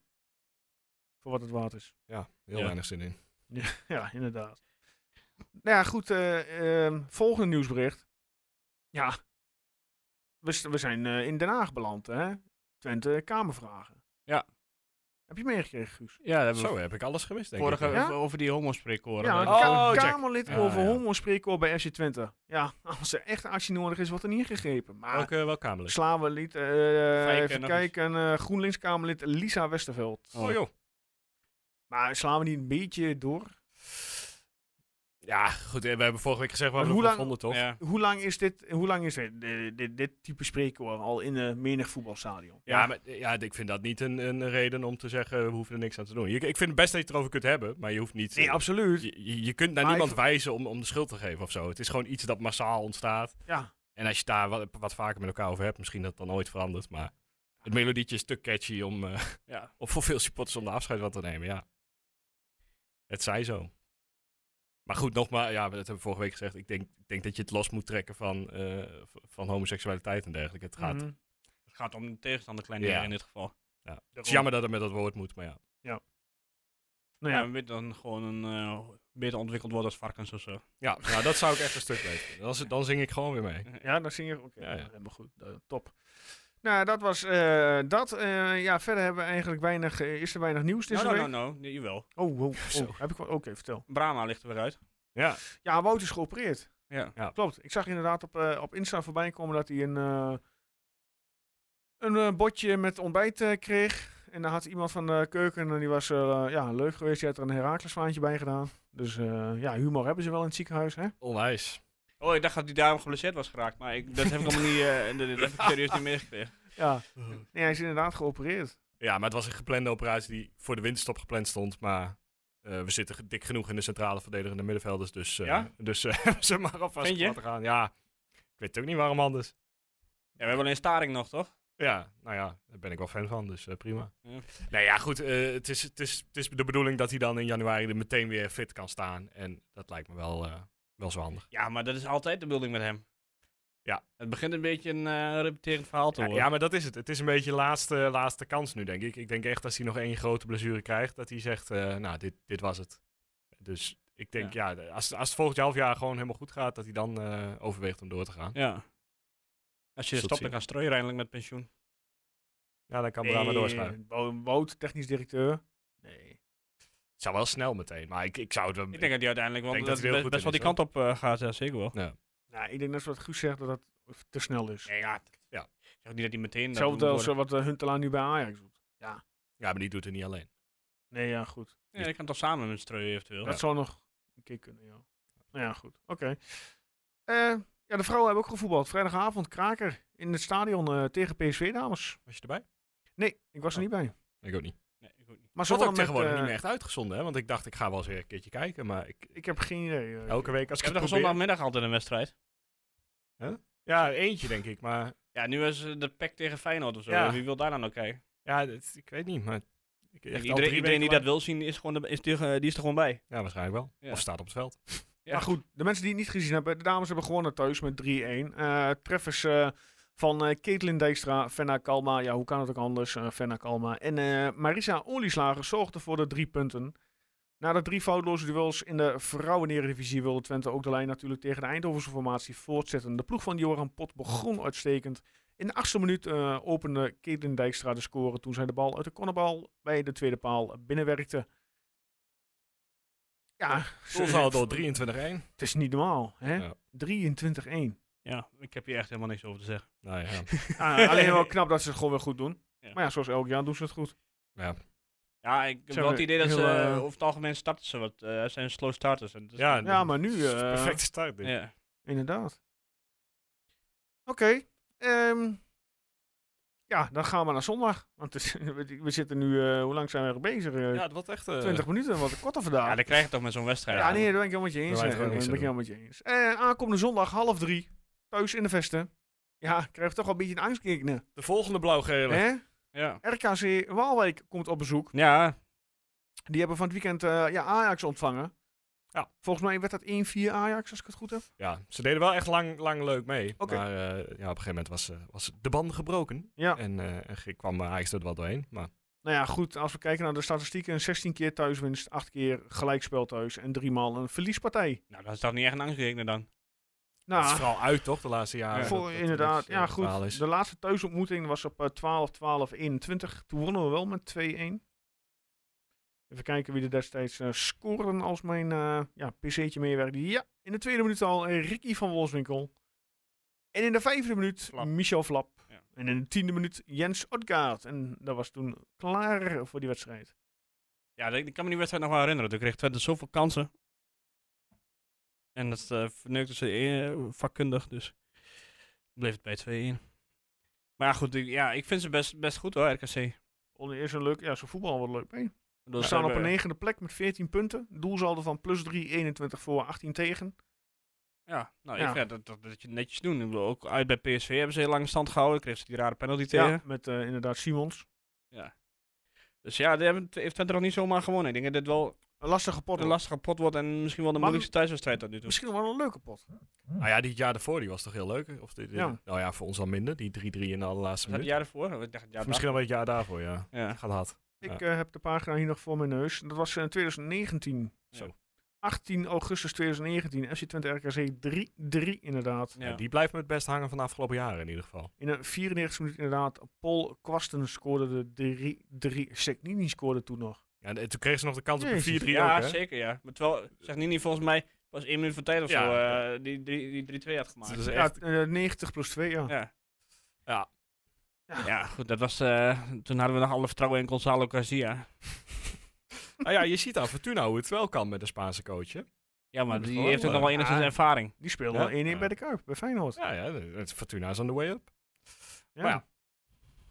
S2: Voor wat het waard is.
S6: Ja, heel
S5: Ja.
S6: weinig zin in.
S2: Ja, inderdaad. Nou ja, goed. eh, ehm, volgende nieuwsbericht. Ja. We, st- we zijn eh, in Den Haag beland, hè? Twente Kamervragen.
S5: Ja.
S2: Heb je meegekregen, Guus?
S5: Ja, dat hebben we
S6: Zo heb ik alles gemist, denk
S5: vorige
S6: ik. eh.
S2: Ja?
S5: over die homospreekkoren.
S2: Ja,
S5: Oh, Dat-
S2: Ka-
S6: check.
S2: Kamerlid
S6: Ja,
S2: over
S6: ja.
S2: homo-spreekkoor bij FC Twente. Ja, [LAUGHS] als er echt actie nodig is, wordt er niet ingegrepen. Maar
S6: Welke, welke Kamerlid?
S2: Slaan we lied. eh, even
S5: nog
S2: kijken. eh, GroenLinks-Kamerlid Lisa Westerveld.
S6: Oh joh.
S2: Maar slaan we niet een beetje door?
S6: Ja, goed, eh, we hebben vorige week gezegd wat
S2: Maar
S6: we
S2: hoe
S6: ervan
S2: lang-
S6: vonden, toch?
S5: Ja.
S2: Hoe lang is dit, hoe lang is dit, dit, dit, dit type spreekwoord al in eh, menig voetbalstadion?
S6: Ja, maar eh, ja, ik vind dat niet een, een reden om te zeggen, we hoeven er niks aan te doen. Je- ik vind het best dat je het erover kunt hebben, maar je hoeft niet...
S2: Nee,
S6: eh,
S2: absoluut.
S6: je, je- je kunt naar
S2: Maar
S6: niemand
S2: ik-
S6: wijzen om, om de schuld te geven of zo. Het is gewoon iets dat massaal ontstaat.
S2: Ja.
S6: En als je het daar wat, wat vaker met elkaar over hebt, misschien dat het dan ooit verandert. Maar het melodietje is te catchy om, eh, [LAUGHS]
S5: Ja.
S6: om voor veel supporters om de afscheid wat te nemen, ja. Het zij zo. Maar goed, nogmaals, ja, dat hebben we vorige week gezegd. Ik denk, ik denk dat je het los moet trekken van, eh, v- van homoseksualiteit en dergelijke. Het gaat
S2: Mhm.
S5: Het gaat om de tegenstander klein
S6: Ja.
S5: in dit geval.
S6: Het is jammer dat het met dat woord moet, maar ja.
S2: Nou
S5: Ja,
S2: ja.
S5: we weten dan gewoon een eh, beter ontwikkeld worden als varkens of zo.
S6: Ja, nou, dat zou ik echt een stuk beter vinden. Dan, is het- dan zing ik gewoon weer mee.
S2: ja, dan zie je. Oké,
S6: Ja, ja.
S2: nou, helemaal goed. Eh, top. Nou, dat was eh, dat. Eh, ja, verder hebben we eigenlijk weinig, eh, is er weinig nieuws
S5: No,
S2: deze
S6: Nou,
S5: no,
S2: week.
S5: no, no. Nee, jawel.
S2: Oh, oh, oh.
S6: Zo.
S2: heb ik wel. Oké, vertel.
S5: Brahma ligt er weer uit.
S6: Ja,
S2: Ja, Wout is geopereerd.
S5: Ja.
S2: Klopt. Ik zag inderdaad op, eh, op Insta voorbij komen dat hij een, eh, een eh, bordje met ontbijt eh, kreeg. En daar had iemand van de keuken, en die was eh, ja, leuk geweest, die had er een Herakles-vaantje bij gedaan. Dus eh, ja, humor hebben ze wel in het ziekenhuis, hè?
S1: Onwijs.
S5: Oh, ik dacht dat hij daarom geblesseerd was geraakt, maar ik, dat heb ik allemaal niet, eh, [LAUGHS] dat, dat heb ik serieus niet meegekregen.
S2: Ja. Nee, hij is inderdaad geopereerd.
S6: Ja, maar het was een geplande operatie die voor de winterstop gepland stond. Maar eh, we zitten ge- dik genoeg in de centrale verdedigende middenvelders. Dus, eh
S5: Ja?
S6: dus eh, [LAUGHS] hebben ze maar alvast
S5: Vind je?
S6: laten gaan. Ja, ik weet ook niet waarom anders.
S5: Ja, we hebben alleen Staring nog, toch?
S6: Ja, nou ja, daar ben ik wel fan van, dus eh, prima.
S5: Ja.
S6: Nou ja, goed, eh, het, is, het, is, het is de bedoeling dat hij dan in januari er meteen weer fit kan staan. En dat lijkt me wel, eh, wel zo handig.
S5: Ja, maar dat is altijd de bedoeling met hem.
S6: Ja.
S5: Het begint een beetje een eh, repeterend verhaal te
S6: Ja,
S5: worden.
S6: ja, maar dat is het. Het is een beetje laatste, laatste kans nu, denk ik. Ik denk echt als hij nog één grote blessure krijgt, dat hij zegt, eh, nou, dit, dit was het. Dus ik denk, ja, de- als, als het volgend half jaar gewoon helemaal goed gaat, dat hij dan eh, overweegt om door te gaan.
S5: Ja. Als je
S6: Zult
S5: stopt,
S6: zien.
S5: dan kan Strooijer eindelijk met pensioen.
S6: Ja, dan kan Brahma doorschuiven.
S2: Wout, technisch directeur. Nee.
S6: Het zou wel snel meteen, maar ik, ik zou het wel...
S5: Ik denk dat hij uiteindelijk wel
S6: denk dat
S5: dat
S6: hij er heel
S5: best,
S6: goed
S5: best
S6: in
S5: wel die
S6: is, hoor.
S5: kant op eh, gaat, ja, zeker wel.
S2: Nou, ik denk net zoals wat Guus zegt, dat dat te snel is.
S5: Nee, ja.
S6: Ja.
S5: Ik zeg niet dat hij meteen... dat
S2: Hetzelfde
S5: moet
S2: als
S5: worden.
S2: eh, wat eh, Huntelaar nu bij Ajax doet.
S6: Ja, maar die doet het niet alleen.
S2: Nee, ja, goed.
S5: Ja, hij kan toch samen met Strooijer eventueel.
S2: Dat zou nog een keer kunnen, ja. Nou ja, goed. Oké. Eh, ja, de vrouwen hebben ook gevoetbald. Vrijdagavond, kraker in het stadion eh, tegen PSV, dames.
S6: Was je erbij?
S2: Nee, ik was er niet bij.
S6: Ik ook niet.
S5: Nee, ik ook niet.
S2: Maar ze
S6: Ze wordt Oh. ook
S2: wonnen met,
S6: tegenwoordig
S2: eh,
S6: niet meer echt uitgezonden, hè? Want ik dacht, ik ga wel eens weer een keertje kijken, maar ik,
S2: Ik heb geen idee. eh.
S6: elke week als
S5: Ik
S6: ik het
S5: heb toch
S6: probeer...
S5: zondagmiddag altijd een wedstrijd?
S6: Ja, eentje denk ik, maar...
S5: Ja, nu is eh, de pek tegen Feyenoord of zo.
S6: Ja.
S5: Wie wil daar nou nog kijken?
S6: Ja, dat- ik weet niet, maar... Ik, echt al drie
S5: iedereen iedereen
S6: weken
S5: die dat wil zien, is, gewoon de- is die, eh, die is er gewoon bij.
S6: Ja, waarschijnlijk wel.
S5: Ja.
S6: Of staat op het veld.
S5: Ja.
S2: Maar goed, de mensen die het niet gezien hebben, de dames hebben gewonnen thuis met 3-1. Eh, treffers eh, van eh Caitlin Dijkstra, Fenna Kalma, ja hoe kan het ook anders, eh Fenna Kalma. En eh, Marisa Olieslager zorgde voor de drie punten. Na de drie foutloze duels in de vrouwen-eredivisie wilde Twente ook de lijn natuurlijk tegen de Eindhovense formatie voortzetten. De ploeg van Joran Pot begon uitstekend. In de achtste minuut eh, opende Caitlin Dijkstra de score toen zij de bal uit de cornerbal bij de tweede paal binnenwerkte. Ja, [LAUGHS]
S6: Doelsaldo 23-1.
S2: het is niet normaal, hè?
S6: Ja.
S2: 23-1.
S5: Ja, ik heb hier echt helemaal niks over te zeggen.
S6: Nou ja.
S2: Ah, alleen wel knap dat ze het gewoon weer goed doen.
S5: Ja.
S2: Maar ja, zoals elk jaar doen ze het goed.
S5: Ja, ik heb
S2: Zijn
S5: wel
S2: we
S5: het idee dat ze
S2: heel,
S5: eh,
S2: eh,
S5: over het algemeen starten ze wat. eh, zijn slow starters. En dat is-
S6: [LAUGHS] Ja, en-
S2: Ja, maar nu, eh,
S6: Perfecte start dit.
S5: ja.
S2: inderdaad. Oké, ehm, ja, dan gaan we naar zondag. Want het is- [LAUGHS] we, we zitten nu, eh, hoe lang zijn we er bezig? Eh,
S6: Ja, het wordt echt... eh,
S2: 20 minuten, wat een korter vandaag.
S5: ja, dat krijg je toch met zo'n wedstrijd.
S2: Ja, nee, daar ben ik helemaal met je eens.
S6: Daar
S2: hè.
S6: wijt
S2: Daar
S6: er ook
S2: ben
S6: niks
S2: ik
S6: aan
S2: helemaal met je eens. Eh, aankomende zondag, half drie, thuis in de Vesten. Ja, ik krijg toch wel een beetje een angstkeken.
S6: De volgende blauw-gele.
S2: Hè?
S5: Ja.
S2: RKC Waalwijk komt op bezoek.
S5: ja,
S2: Die hebben van het weekend eh, ja, Ajax ontvangen.
S6: Ja.
S2: Volgens mij werd dat 1-4 Ajax, als ik het goed heb.
S6: Ja, ze deden wel echt lang, lang leuk mee.
S2: Oké.
S6: Maar eh, ja, op een gegeven moment was, eh, was de band gebroken.
S2: Ja.
S6: En, eh, en ge- kwam Ajax er wel doorheen. Maar
S2: Nou ja, goed. Als we kijken naar de statistieken. 16 keer thuiswinst, 8 keer gelijkspel thuis en 3 maal een verliespartij.
S5: nou dat is toch niet echt een angstrekener dan.
S6: het is
S2: Nou,
S6: vooral uit, toch, de laatste jaren.
S5: Ja,
S6: Dat-
S2: voor-
S6: dat er
S2: inderdaad.
S6: niks, eh,
S2: Ja,
S6: verhaal
S2: goed.
S6: is.
S2: De laatste thuisontmoeting was op eh, 12-12-21. Toen wonnen we wel met 2-1. Even kijken wie er destijds eh scoren als mijn eh, ja, pc'tje meewerkte. Ja, in de tweede minuut al eh, Ricky van Wolfswinkel. En in de vijfde minuut
S5: Flap.
S2: Michel Flap.
S5: Ja.
S2: En in de tiende minuut Jens Odgaard. En dat was toen klaar voor die wedstrijd.
S5: Ja, dat- ik kan me die wedstrijd nog wel herinneren. Toen kreeg Twente zoveel kansen. En dat eh verneukte ze eh, vakkundig, dus bleef het bij 2-1. Maar ja, goed, ik, ja, ik vind ze best, best goed hoor, RKC.
S2: Onder eerst een leuk, ja, ze voetbal wat leuk mee.
S5: We
S2: We staan op een negende plek met 14 punten. Doelsaldo van plus 3, 21 voor, 18 tegen.
S5: Ja, nou,
S2: Ja.
S5: Ik vind dat, dat, dat je netjes doen. Ik bedoel, ook uit bij PSV hebben ze heel lang stand gehouden. Kreeg ze die rare penalty
S2: Ja,
S5: tegen.
S2: met eh, inderdaad Simons.
S5: Dus ja, die hebben, heeft Twente nog niet zomaar gewonnen. Ik denk dat dit wel
S2: Een lastige pot.
S5: een lastige pot wordt en misschien wel de
S2: Mag-
S5: moeilijkste thuiswedstrijd tot nu toe.
S2: Misschien nog wel een leuke pot.
S6: Nou ja, die jaar daarvoor die was toch heel leuk? Of dit, dit-
S2: Ja.
S6: Nou ja, voor ons al minder. Die 3-3 in de allerlaatste
S5: Was dat het
S6: minuut.
S5: jaar ervoor? Oh, Ik dacht het jaar
S6: Of misschien
S5: daarvoor.
S6: wel het jaar daarvoor, ja.
S5: Ja.
S6: Gaat hard.
S2: Ik eh, heb de pagina hier nog voor mijn neus. Dat was eh, in 2019.
S5: Zo.
S2: 18 augustus 2019. FC Twente RKC 3-3 inderdaad.
S5: Ja.
S6: Ja, die blijft me het best hangen van de afgelopen jaren in ieder geval.
S2: In de 94 minuut inderdaad. Paul Kwasten scoorde de 3-3. Seknini scoorde toen nog.
S6: Ja, en eh, toen kregen ze nog de kans op een
S2: Jezus.
S6: 4-3 ook,
S5: Ja,
S6: hè?
S5: zeker ja. Maar terwijl, zegt Nini volgens mij, pas één minuut van tijd of
S6: Ja,
S5: zo
S6: ja.
S5: eh, die- die die 3-2 had gemaakt.
S6: Het Dus is
S2: Ja,
S6: echt,
S2: eh, 90 plus 2, ja.
S5: Ja.
S6: Ja.
S5: Ja, goed, dat was, eh, toen hadden we nog alle vertrouwen in Gonzalo Garcia.
S6: nou ja, je ziet aan Fortuna hoe het wel kan met de Spaanse coach. hè?
S5: Ja, maar
S6: Dat is
S5: die
S6: wel
S5: heeft ook nog wel
S2: leuk.
S5: enigszins
S2: Ah.
S5: ervaring.
S2: Die speelde
S6: Ja.
S2: al 1-1
S6: Ja.
S2: bij de Kuip, bij Feyenoord.
S6: Ja, ja, het- Fortuna is on the way up.
S2: Ja.
S6: Maar ja.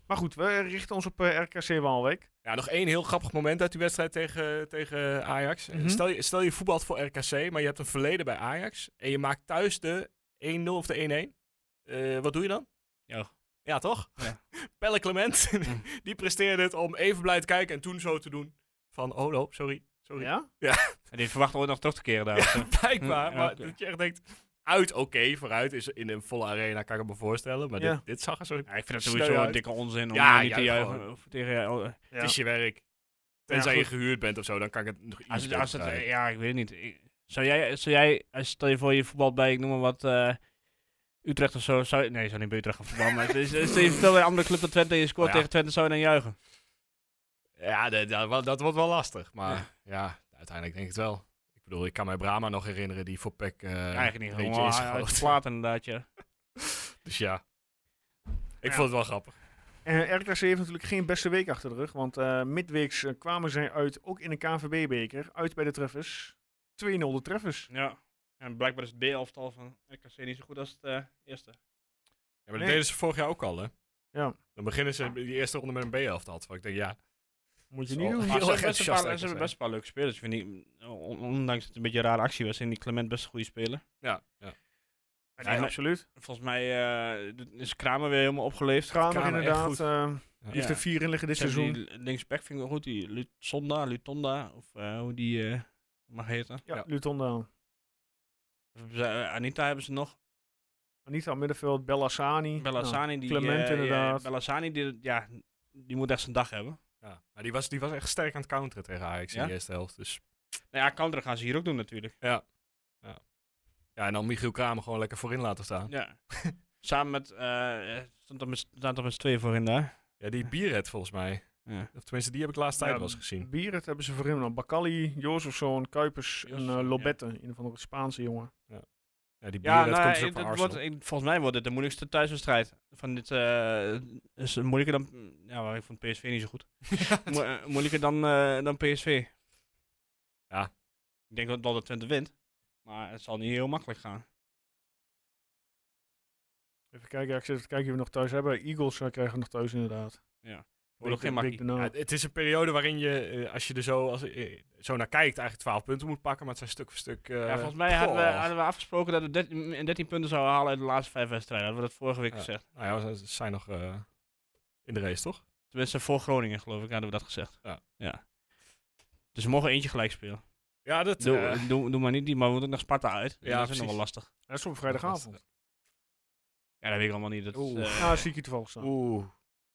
S2: Maar goed, we richten ons op eh, RKC Waalwijk.
S6: Ja, nog één heel grappig moment uit die wedstrijd tegen, tegen Ajax. Eh,
S2: Mhm.
S6: Stel, je, stel je voetbalt voor RKC, maar je hebt een verleden bij Ajax. En je maakt thuis de 1-0 of de 1-1. Eh, wat doe je dan?
S5: Ja.
S6: Ja, toch? [LAUGHS]
S5: Ja. Mm.
S6: Pelle Clement, [LAUGHS] die presteerde het om even blij te kijken en toen zo te doen. Van, oh no, sorry. sorry.
S2: Ja?
S5: En die verwacht ooit nog terug te keren daar. of zo.
S6: [LAUGHS] Blijkbaar,
S5: Mm, Ja,
S6: maar
S5: oké.
S6: dat je echt denkt... Uit, oké, vooruit is in een volle arena, kan ik me voorstellen. Maar
S2: Ja.
S6: dit, dit zag er zo...
S5: Ja, ik vind dat
S6: Sneu
S5: sowieso een
S6: uit.
S5: dikke onzin om
S6: Ja,
S5: eh, niet
S6: ja,
S5: te juichen.
S6: gewoon.
S5: Of tegen, oh, eh,
S2: Ja.
S6: Het is je werk. Tenzij je
S2: goed.
S6: gehuurd bent of zo, dan kan ik het nog iets
S5: als het, als het,
S6: begrijpen.
S5: eh, ja, ik weet niet. Ik- Zou jij, zou jij als, stel je voor je voetbal bij, ik noem maar wat, eh, Utrecht of zo. Zou, je- nee, zou niet bij Utrecht gaan voetballen. maar stel je stel je bij een andere club dan Twente en je scoort
S6: Ja.
S5: tegen Twente, zou je dan juichen?
S6: Ja, dat, dat, wa- dat wordt wel lastig. Maar ja. uiteindelijk denk ik het wel. Ik bedoel, ik kan mij Brahma nog herinneren die voor PEC eh
S5: Eigenlijk niet.
S6: een
S5: Gewoon
S6: beetje is
S5: uit- uit de [LAUGHS]
S6: geschoten.
S5: plaat inderdaad, ja.
S6: Dus ja. Ik
S2: Ja.
S6: vond het wel grappig.
S2: En RKC heeft natuurlijk geen beste week achter de rug. Want eh, midweeks eh, kwamen zij uit, ook in de KVB-beker, uit bij de treffers. 2-0 de treffers.
S5: Ja, en blijkbaar is het B-elftal van RKC niet zo goed als het eh, eerste.
S6: Ja, maar dat
S2: Nee.
S6: deden ze vorig jaar ook al, hè?
S2: Ja.
S6: Dan beginnen ze die eerste ronde met een B-elftal. Terwijl ik denk, ja,
S2: Moet je
S6: Zo.
S2: niet doen.
S6: Heel
S5: Maar
S6: erg
S5: ze hebben best een
S6: enthousiast
S5: paar- ze hebben
S6: RKC.
S5: best een paar leuke spelers. Ik vind die, on- ondanks dat het een beetje een rare actie was, zijn die Clement best een goede speler.
S6: ja, ja.
S2: Ja,
S5: Ja,
S2: nee, absoluut.
S5: Volgens mij eh, d- is Kramer weer helemaal opgeleefd.
S2: Kramer,
S6: Kramer, echt
S2: inderdaad.
S6: goed.
S2: eh,
S6: Ja.
S2: die heeft er vier in liggen dit
S5: Ze hebben
S2: seizoen.
S5: Die l- linksback vind ik wel goed, die Lutonda, Lutonda, of eh, hoe die eh, mag heten.
S2: Ja,
S6: Ja.
S2: Luton dan.
S5: Ze- eh, Anita hebben ze nog.
S2: Anita middenveld, Bellassani.
S5: Bellassani, die,
S2: Clement
S5: eh, ja,
S2: inderdaad.
S5: Bellassani, die, ja, die moet echt zijn dag hebben.
S6: Ja. Maar die was, die was echt sterk aan het counteren tegen Ajax in
S5: Ja?
S6: de eerste helft. Dus
S5: Nou ja, counter gaan ze hier ook doen natuurlijk.
S6: ja, en dan Michiel Kramer gewoon lekker voorin laten staan.
S2: [LAUGHS]
S5: Ja. Samen met, eh, eh, stond er met, staan er met z'n tweeën voorin daar.
S6: Ja, die Bierhead volgens mij.
S5: Ja.
S6: Of tenminste, die heb ik laatst tijd
S2: Ja,
S6: wel eens gezien.
S2: Bier, dat hebben ze voor hem nog. Bakali, Jozefzoon, Kuipers en
S5: Jozefzoon,
S2: eh,
S5: ja.
S2: Lobette. Een van de Spaanse jongen.
S6: Ja, die
S5: Ja,
S6: Bierhead
S5: nou,
S6: komt dus ook
S5: eh,
S6: van
S5: dat
S6: Arsenal.
S5: wordt, ik- volgens mij wordt dit de moeilijkste thuiswedstrijd. Van dit eh, is het moeilijker dan. Ja, maar ik vond PSV niet zo [LAUGHS] goed. Mo- eh, moeilijker dan, eh, dan PSV.
S6: Ja.
S5: Ik denk dat- wel dat Twente wint. Maar het zal niet heel makkelijk gaan.
S2: Even kijken, ja, ik zit te kijken wie we nog thuis hebben. Eagles eh, krijgen we nog thuis inderdaad.
S5: Wordt ook geen
S2: Week-
S5: makkie.
S2: week daarna.
S6: Ja, het- het is een periode waarin je, eh, als je er zo, als, eh, zo naar kijkt, eigenlijk 12 punten moet pakken. Maar het zijn stuk voor stuk. eh,
S5: Ja, volgens mij hadden we,
S6: goh.
S5: hadden we afgesproken dat we 13, 13 punten zouden halen uit de laatste vijf wedstrijden. Hadden we dat vorige week
S6: Ja.
S5: gezegd.
S6: Nou ja, we z- zijn nog eh, in de race, toch?
S5: Tenminste, voor Groningen geloof ik hadden we dat gezegd.
S6: Ja.
S5: Dus we mogen eentje gelijk spelen.
S6: Ja, dat.
S5: Doe,
S6: eh,
S5: doe, doe maar niet die, maar we moeten ook nog Sparta uit.
S6: Ja,
S5: Ja, dat is nog
S6: precies.
S5: wel lastig.
S2: Dat is op vrijdagavond.
S5: Ja, dat weet ik allemaal niet. Dat is,
S6: Oeh. [LAUGHS]
S5: eh,
S2: Nou, zie ik hier toevallig staan.
S6: Oeh.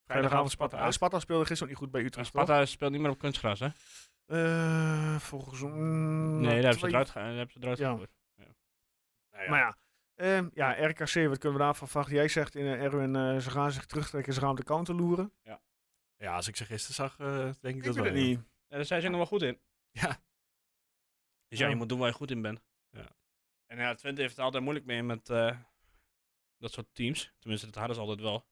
S2: Vrijdagavond Sparta.
S6: Sparta
S2: Ah,
S6: uit.
S2: Sparta speelde gisteren niet goed bij Utrecht. toch?
S5: Sparta speelt niet meer op kunstgras, hè?
S2: Eh, volgens eh, mij.
S5: Nee, daar hebben ze eruit, ge daar hebben ze eruit
S2: Ja.
S5: gegooid.
S6: Nou ja.
S2: Maar ja. ehm, ja, RKC, wat kunnen we daarvan verwachten? Jij zegt in eh, Erwin, eh, ze gaan zich terugtrekken, ze gaan op de counter loeren.
S6: Ja, als ik ze gisteren zag, eh, denk ik,
S2: Ik
S6: dat
S2: weet het
S6: wel, ja.
S2: niet.
S5: Ja, daar zijn ze nog wel goed in.
S6: Ja.
S5: Dus ja,
S2: Ja.
S5: je moet doen waar je goed in bent.
S6: Ja.
S5: En ja, Twente heeft het altijd moeilijk mee met eh, dat soort teams. Tenminste, dat hadden ze altijd wel.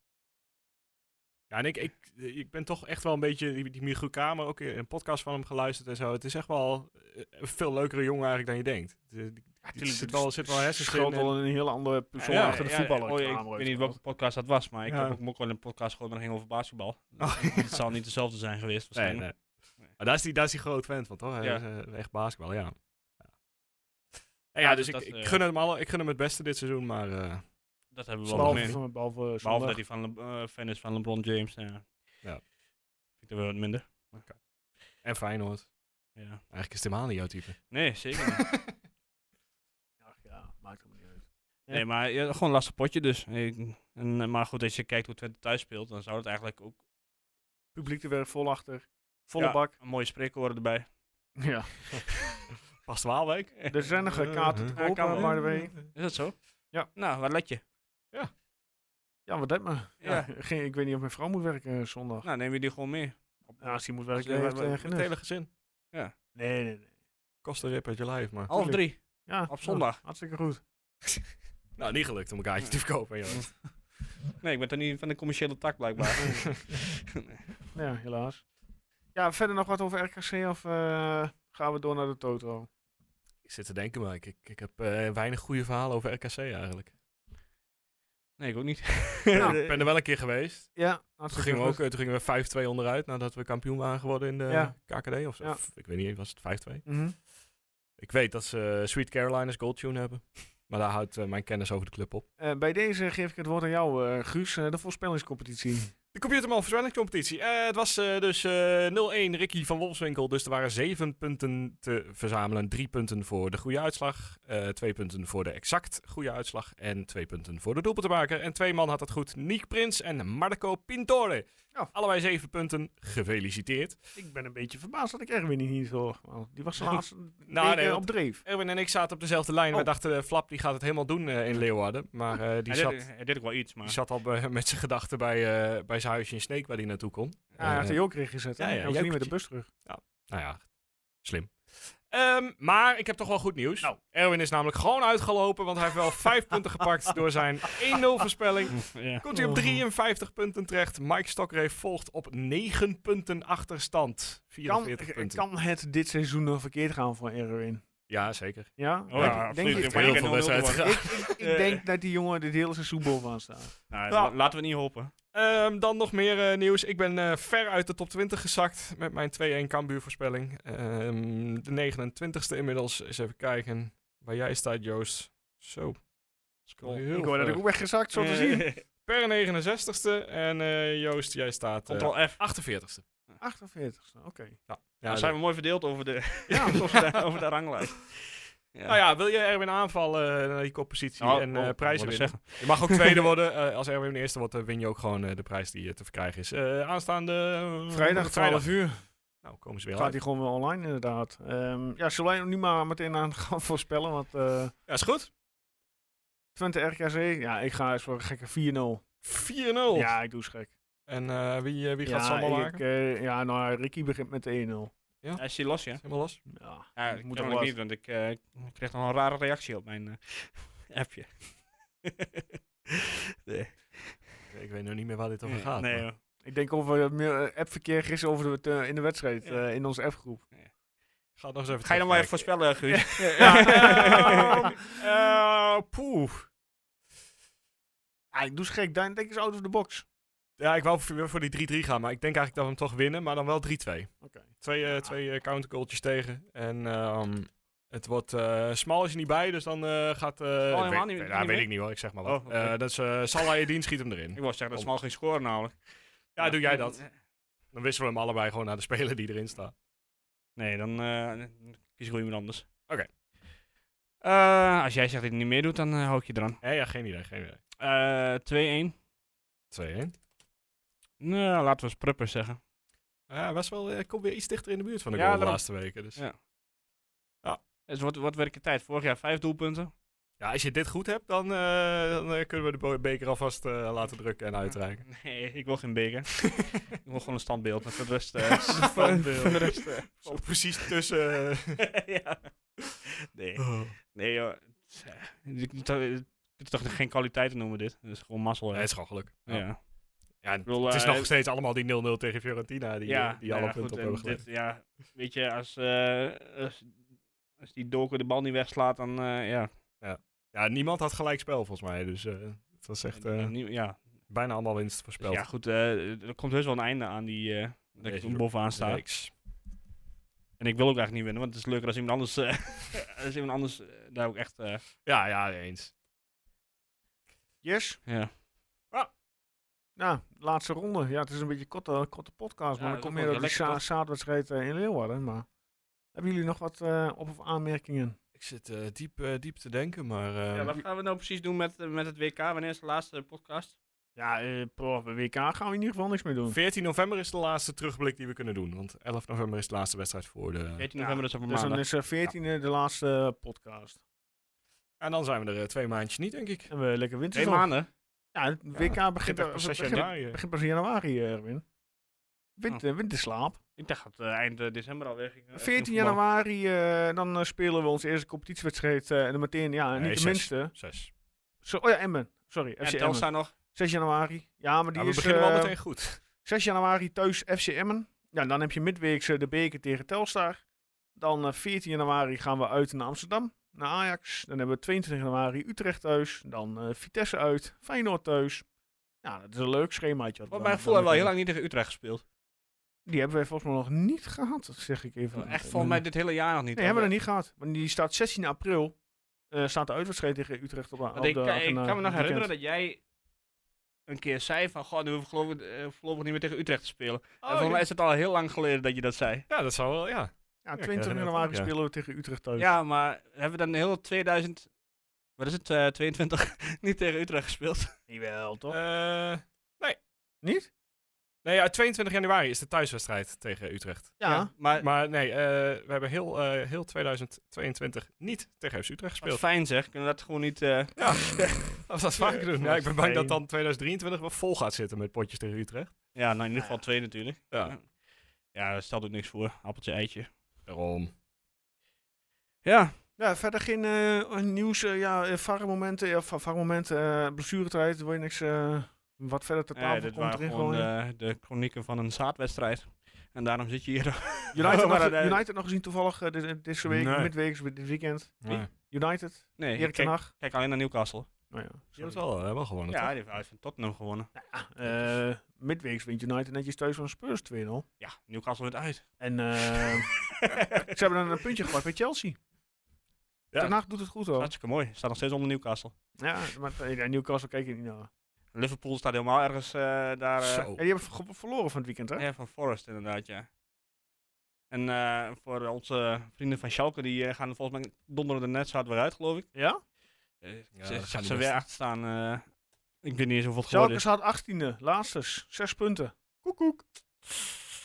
S6: Ja, en ik, ik, eh, ik ben toch echt wel een beetje die, die Michiel Kamer, ook in een podcast van hem geluisterd en zo. Het is echt wel eh, een veel leukere jongen eigenlijk dan je denkt. De- die- er zit wel- zit wel hersens
S2: Schoot
S6: in en-
S2: al een hele andere puzzel
S6: Ja,
S2: achter de voetballer.
S5: oh, ik
S2: Kramer
S5: weet
S2: heeft
S5: niet
S2: wel.
S5: welke podcast dat was, maar ik
S6: Ja.
S5: heb ook- ook wel een podcast gewoon nog ging over basketbal.
S6: Oh,
S5: Het zal niet dezelfde zijn geweest
S6: nee,
S5: waarschijnlijk.
S6: nee. Maar daar is die, daar is die groot fan van, toch? Hij
S5: Ja.
S6: is eh, echt basketbal, ja. Ja, ja,
S5: Ja,
S6: dus
S5: dus
S6: ik,
S5: dat,
S6: ik,
S5: eh,
S6: gun hem alle, ik gun hem het beste dit seizoen, maar... eh,
S5: Dat hebben we wel
S2: Behalve,
S5: gemeen.
S2: van- behalve, eh,
S5: Behalve
S2: zondag.
S5: dat hij van Le- eh, fan is van LeBron James. Ja.
S6: Ja.
S5: Vind ik dat wel wat minder.
S6: en Feyenoord.
S5: Ja.
S6: Eigenlijk is het helemaal niet jouw type.
S5: Nee, zeker niet.
S2: [LAUGHS] Ach ja, maakt helemaal niet uit. Ja.
S5: Nee, maar ja, gewoon een lastig potje dus. Ik- en, eh, maar goed, als je kijkt hoe Twente thuis speelt, dan zou het eigenlijk ook
S2: Publiek er weer vol achter. Volle
S5: Ja,
S2: bak. [LAUGHS]
S5: een mooie spreekwoorden erbij.
S2: Ja.
S6: Pas Waalwijk.
S2: Er zijn nog eh, kaarten te
S6: Ja,
S2: koop,
S5: kan
S2: eh,
S5: wel.
S2: by the way.
S5: [LAUGHS] Is dat zo?
S2: Ja.
S5: Nou, wat let je?
S2: Ja, wat dat me. Ja.
S5: Ja.
S2: geen- ik weet niet of mijn vrouw moet werken eh, zondag.
S5: Nou, neem je die gewoon mee.
S2: Ja, als die moet
S6: Dat
S2: werken,
S6: is
S2: heeft eh, geen
S6: het
S2: nut.
S6: hele gezin.
S2: Nee, nee, nee.
S6: Kost een rip uit je lijf, maar...
S5: Half drie.
S2: Ja,
S5: Op zondag.
S2: hartstikke goed.
S6: Nou, niet gelukt om een kaartje te verkopen, joh.
S5: Nee, ik ben er niet van de commerciële tak blijkbaar. Nee.
S2: Ja, helaas. Ja, verder nog wat over RKC of eh, gaan we door naar de Toto?
S6: Ik zit te denken, maar ik, ik, ik heb eh, weinig goede verhalen over RKC eigenlijk.
S5: nee, ik ook niet.
S2: Nou,
S6: Ik ben er wel een keer geweest.
S2: Ja,
S6: Toen
S2: hartstikke
S6: gingen we,
S2: goed.
S6: ook, eh, toen gingen we 5-2 onderuit nadat we kampioen waren geworden in de
S2: Ja.
S6: KKD of zo.
S2: Ja.
S6: Ik weet niet, was het 5-2?
S2: Mhm.
S6: Ik weet dat ze eh, Sweet Caroline's Gold Tune hebben. [LAUGHS] Maar daar houdt eh, mijn kennis over de club op.
S2: Eh, bij deze geef ik het woord aan jou, eh, Guus. eh, de voorspellingscompetitie.
S6: De Computerman voorspellingscompetitie. Eh het was eh, dus eh, 0-1 Ricky van Wolfswinkel. Dus er waren 7 punten te verzamelen. 3 punten voor de goede uitslag. 2 punten voor de exact goede uitslag. En 2 punten voor de doelpuntenmaker. En twee man had het goed. Niek Prins en Marco Pintore.
S5: Oh.
S2: Ja.
S6: Allebei 7 punten. Gefeliciteerd.
S2: ik ben een beetje verbaasd dat ik Erwin hier niet hoor. Want Die was de laatste
S6: nee,
S2: nou,
S6: want-
S2: op dreef.
S6: Erwin en ik zaten op dezelfde lijn. We
S2: Oh.
S6: dachten, eh, Flap die gaat het helemaal doen eh, in Leeuwarden. Maar eh, die,
S5: hij,
S6: zat,
S5: deed, hij deed ook wel iets, maar...
S6: die zat al bij- met zijn gedachten bij, eh, bij zijn huisje in Sneek waar hij naartoe kon.
S2: Ja, hij
S6: Eh,
S2: had de joker ingezet.
S6: ja,
S2: Ja,
S6: ja,
S2: ja, hij hoeft niet
S6: jokertje.
S2: met de bus terug.
S6: Nou ja, slim. Ehm, maar ik heb toch wel goed nieuws.
S2: Nou.
S6: Erwin is namelijk gewoon uitgelopen, want hij
S2: [LAUGHS]
S6: heeft wel vijf punten gepakt door zijn 1-0 voorspelling.
S5: [LAUGHS] ja.
S6: Komt hij op
S2: Oh.
S6: 53 punten terecht. Mike Stokreef volgt op 9 punten achterstand.
S2: Kan,
S6: 44 punten.
S2: kan het dit seizoen nog verkeerd gaan voor Erwin?
S6: Ja, zeker.
S2: Ja?
S5: Oh,
S2: Ik
S5: ja,
S2: denk,
S5: absoluut.
S2: ik,
S5: Maar
S6: Heel
S5: je
S6: veel
S5: kan 0-0
S6: wedstrijden
S5: worden.
S6: te gaan.
S2: ik denk dat die jongen dit hele seizoen bovenaan staat.
S5: Nou,
S6: Ja.
S5: la- Laten we niet hopen.
S6: Ehm, dan nog meer eh, nieuws. Ik ben eh, ver uit de top 20 gezakt met mijn 2-1 Cambuur voorspelling. Ehm, de 29ste inmiddels. Eens even kijken waar jij staat, Joost. Zo. Scroll heel
S2: ik hoor dat
S6: ver.
S2: ik ook weggezakt, zo te
S6: [LAUGHS]
S2: zien.
S5: [LAUGHS]
S6: Per 69ste. En eh, Joost, jij staat eh,
S5: Ctrl F.
S6: 48ste.
S2: 48ste, oké.
S5: Ja, zijn we mooi verdeeld over de,
S2: Ja,
S5: [LAUGHS] over de, over de ranglijst. Ja.
S6: Nou ja, wil je Erwin aanvallen eh, naar die koppositie
S5: Nou,
S6: en
S5: oh,
S6: eh,
S5: dat
S6: prijzen
S5: wil ik
S6: winnen?
S5: zeggen.
S6: Je mag ook [LAUGHS] tweede worden. Eh, als Erwin eerste wordt, dan win je ook gewoon eh, de prijs die eh, te verkrijgen is. Eh, aanstaande... eh,
S2: Vrijdag 12 uur
S6: Nou, komen ze weer
S2: gaat
S6: uit.
S2: hij gewoon weer online inderdaad. Ehm, ja, zullen wij nu maar meteen aan [LAUGHS] gaan voorspellen? Want eh,
S6: Ja, is goed.
S2: 20 RKC, ja, ik ga eens voor een gekke 4-0.
S6: 4-0.
S2: Ja, ik doe eens gek.
S6: En eh, wie, eh, wie gaat
S2: ja,
S6: ze allemaal
S2: ik,
S6: maken?
S2: eh, ja, nou, ja, Ricky begint met 1-0.
S5: Hij is hier los, ja?
S6: Is Helemaal los.
S2: Ja,
S5: Ja,
S2: dat moet
S5: ik moet
S2: toch
S5: ook
S2: wat.
S5: niet, want ik eh, ik kreeg nog een rare reactie op mijn eh, [LAUGHS] appje. nee.
S6: Ik weet nog niet meer waar dit over gaat.
S5: Nee,
S6: maar-
S5: hoor.
S2: Ik denk over het meer, eh, appverkeer gisteren over de, wed- eh, in de wedstrijd,
S5: Ja.
S2: eh, in onze appgroep.
S6: Ik ga het nog eens even
S5: Ga je dan maar even
S6: terugkijken.
S2: [LAUGHS]
S5: voorspellen, Guus?
S6: [LAUGHS] Ja, [LAUGHS] ehm, eh, poeh.
S2: Ja, ik doe eens gek, dan denk ik eens out of the box.
S6: Ja, ik wou voor- weer voor die 3-3 gaan, maar ik denk eigenlijk dat we hem toch winnen, maar dan wel 3-2.
S2: Oké.
S6: Twee, eh, twee eh, countergoaltjes tegen. En ehm, het wordt eh smal is er niet bij, dus dan eh, gaat... eh
S5: helemaal
S6: weet-
S5: niet-
S6: weet-
S5: niet
S6: ja, weet
S5: mee?
S6: ik niet hoor, ik zeg maar wat.
S5: Oh,
S6: Eh
S5: oké.
S6: dat is, eh Salah Edin schiet hem erin.
S5: Ik wou zeggen, dat is mal geen score namelijk.
S6: Ja, doe jij dat. Dan wisselen we hem allebei gewoon naar de speler die erin staat.
S5: Nee, dan eh, kies ik wel iemand anders.
S6: Oké.
S5: Eh, als jij zegt dat hij niet meer doet, dan eh, hou ik je eraan.
S6: Nee, ja, geen idee, geen idee.
S5: Eh 2-1.
S6: 2-1.
S5: Nou, laten we eens Prupper zeggen.
S6: Ja, was wel, eh, komt weer iets dichter in de buurt van de
S5: Ja,
S6: goal de
S5: daarom.
S6: laatste weken. Dus.
S5: Ja. Het wordt, wordt werken tijd. Vorig jaar vijf doelpunten.
S6: Ja, als je dit goed hebt, dan, eh, dan eh, kunnen we de bo- beker alvast eh, laten drukken en uitreiken.
S5: [LAUGHS] Nee, ik wil geen beker. [LAUGHS] ik wil gewoon een standbeeld. Maar voor de
S6: [LAUGHS]
S5: rest... [LAUGHS] eh, voor de rest eh,
S6: Zo precies tussen...
S5: [LAUGHS]
S6: eh,
S5: ja. Nee, nee joh. Het is- Ik moet toch- het is toch geen kwaliteit te noemen dit. Het is gewoon mazzel.
S6: Nee,
S5: hè.
S6: het is gewoon geluk.
S5: ja. Ja.
S6: Ja,
S5: bedoel,
S6: het is
S5: eh,
S6: nog steeds allemaal die 0-0 tegen Fiorentina die, eh, die
S5: nou
S6: alle
S5: ja,
S6: punten op
S5: goed,
S6: hebben
S5: en dit-
S6: geleverd.
S5: Ja, weet je, als, eh, als, als die doker de bal niet wegslaat, dan eh, ja.
S6: Ja, niemand had gelijk spel volgens mij, dus eh, het was echt eh,
S5: Nieuw- ja.
S6: bijna allemaal winst
S5: Dus
S6: voorspeld.
S5: ja, goed, eh, er komt heus wel een einde aan die... eh dat
S6: Deze
S5: ik er bovenaan sta.
S6: Reeks.
S5: En ik wil ook eigenlijk niet winnen, want het is leuker als iemand anders, eh, [LAUGHS] als iemand anders eh, daar ook echt... eh,
S6: Ja, ja, eens.
S2: Yes.
S5: ja.
S2: Nou, laatste ronde. Ja, het is een beetje een korte, korte podcast, maar dan
S5: Ja, dat
S2: kom je
S5: wordt
S2: op die
S5: een lekker
S2: za zaadwedstrijd eh, in Leeuwarden. Maar hebben jullie nog wat eh, op- of aanmerkingen?
S6: Ik zit eh, diep, eh, diep te denken, maar... eh,
S5: wat gaan we nou precies doen met, met het WK? Wanneer is de laatste podcast?
S2: Ja, eh, bij WK gaan we in ieder geval niks meer doen.
S6: 14 november is de laatste terugblik die we kunnen doen, want 11 november is de laatste wedstrijd voor de...
S5: 14 november is op een
S2: Dus dan
S5: maandag.
S2: is eh, 14 e de laatste podcast.
S6: En dan zijn we er eh, twee maandjes niet, denk ik.
S2: En we lekker
S5: Twee
S2: winterstop.
S5: maanden?
S2: Ja, het WK begint,
S6: Begint echt
S2: eh,
S6: pas
S2: begint-
S6: 6 januari. eh.
S2: begint pas in januari, eh, Erwin. Winter, Winterslaap.
S5: Ik dacht dat het eind eh, december alweer ging. eh,
S2: 14
S5: ging voetballen.
S2: januari, eh, dan eh, spelen we onze eerste competitiewedstrijd. eh, en dan meteen, ja,
S6: Nee,
S2: niet de
S6: zes.
S2: minste.
S6: Zes.
S2: Zo, oh ja, Emmen. Sorry, FC
S5: En
S2: Emmen.
S5: Telstar nog.
S2: 6 januari. Ja,
S6: Ja,
S2: maar die
S6: Nou, we
S2: is,
S6: beginnen wel
S2: eh,
S6: meteen goed.
S2: 6 januari thuis FC Emmen. Ja, en dan heb je midweeks eh, de beker tegen Telstar. Dan eh, 14 januari gaan we uit naar Amsterdam, naar Ajax. Dan hebben we 22 januari Utrecht thuis. Dan eh, Vitesse uit, Feyenoord thuis. Ja, dat is een leuk schemaatje. wat we
S5: Wat
S2: dan-
S5: mijn gevoel
S2: dan
S5: hebben we al heel
S2: meteen-
S5: lang niet tegen Utrecht gespeeld.
S2: Die hebben we volgens mij nog niet gehad, dat zeg ik even.
S5: Oh, Echt volgens mij dit hele jaar nog niet.
S2: Nee,
S5: hoor.
S2: hebben we nog niet gehad. Want die staat 16 april. eh, staat de uitwedstrijd tegen Utrecht op, de- op
S5: Want ik,
S2: de
S5: ik
S2: agenda
S5: kan me nog
S2: weekend.
S5: herinneren dat jij een keer zei van, goh, nu hoeven we geloof ik, eh, voorlopig niet meer tegen Utrecht te spelen.
S2: Oh,
S5: en volgens mij is het al heel lang geleden dat je dat zei.
S6: Ja, dat zou wel, ja.
S2: Ja,
S6: ik
S2: 20
S6: herinner het
S2: januari
S6: ook, ja.
S2: spelen we tegen Utrecht thuis.
S5: Ja, maar hebben we dan de hele 2000, wat is het, eh, 22, [LAUGHS] niet tegen Utrecht gespeeld?
S2: Jawel, toch?
S6: Eh,
S2: niet?
S6: nee, ja, 22 januari is de thuiswedstrijd tegen Utrecht.
S2: ja.
S5: Maar,
S6: Maar nee, eh, we hebben heel, eh, heel 2022 niet tegen FC Utrecht
S5: wat
S6: gespeeld.
S5: fijn zeg, kunnen we dat gewoon niet... eh,
S6: Ja, [LAUGHS] als we dat vaker doen. Ja, ik ben bang dat
S2: Fijn.
S6: dan 2023 wel vol gaat zitten met potjes tegen Utrecht.
S5: ja, nou in ieder geval twee natuurlijk.
S6: Ja,
S5: Ja, dat stelt ook niks voor, appeltje, eitje.
S6: daarom.
S5: Ja,
S2: Ja, verder geen eh, nieuws. eh, ja, eh, VAR-momenten. Ja, va- VAR-momenten. eh, blessuretijd. Wil je niks eh, wat verder ter tafel
S5: nee, dit
S2: komt
S5: waren
S2: erin
S5: gewoon
S2: gooien?
S5: de, de chronieken van een zaadwedstrijd. En daarom zit je hier.
S2: United,
S5: maar
S2: nog,
S5: dat, eh,
S2: United nog gezien toevallig eh, dit- deze week,
S6: Nee.
S2: midweeks, dit weekend.
S6: Ja.
S2: United,
S5: [LAUGHS] Nee,
S2: Erik ten
S5: kijk,
S2: Hag.
S5: kijk alleen naar Newcastle.
S2: Nou ja,
S6: Je hebt wel, eh, wel gewonnen,
S5: Ja,
S6: toch?
S5: die heeft uit van Tottenham gewonnen.
S2: sorry. Eh, midweeks wint United netjes thuis van Spurs 2-0.
S5: Ja, Newcastle wint uit.
S2: En
S5: [LAUGHS]
S2: eh, [LAUGHS] ze hebben dan een puntje gepakt bij Chelsea.
S6: Ja.
S2: Ten Hag doet het goed hoor.
S5: Hartstikke mooi. Staat nog steeds onder Newcastle.
S2: Ja, maar eh, ja, Newcastle kijk ik niet
S5: Oh.
S2: naar.
S5: Liverpool staat helemaal ergens eh, daar. eh,
S6: Zo.
S2: Ja, die hebben ge- verloren van het weekend hè?
S5: ja, van Forest inderdaad, ja. En eh, voor onze vrienden van Schalke, die eh, gaan volgens mij donderen de net hard weer uit, geloof ik.
S2: Ja?
S5: Eh, ik
S6: dat
S5: zag
S6: gaat
S5: ze
S6: niet
S5: weer
S6: best.
S5: achter staan. eh, ik weet niet eens hoeveel het geworden
S2: Schalke
S5: is.
S2: staat 18e, laatste, 6 punten. Koek koek.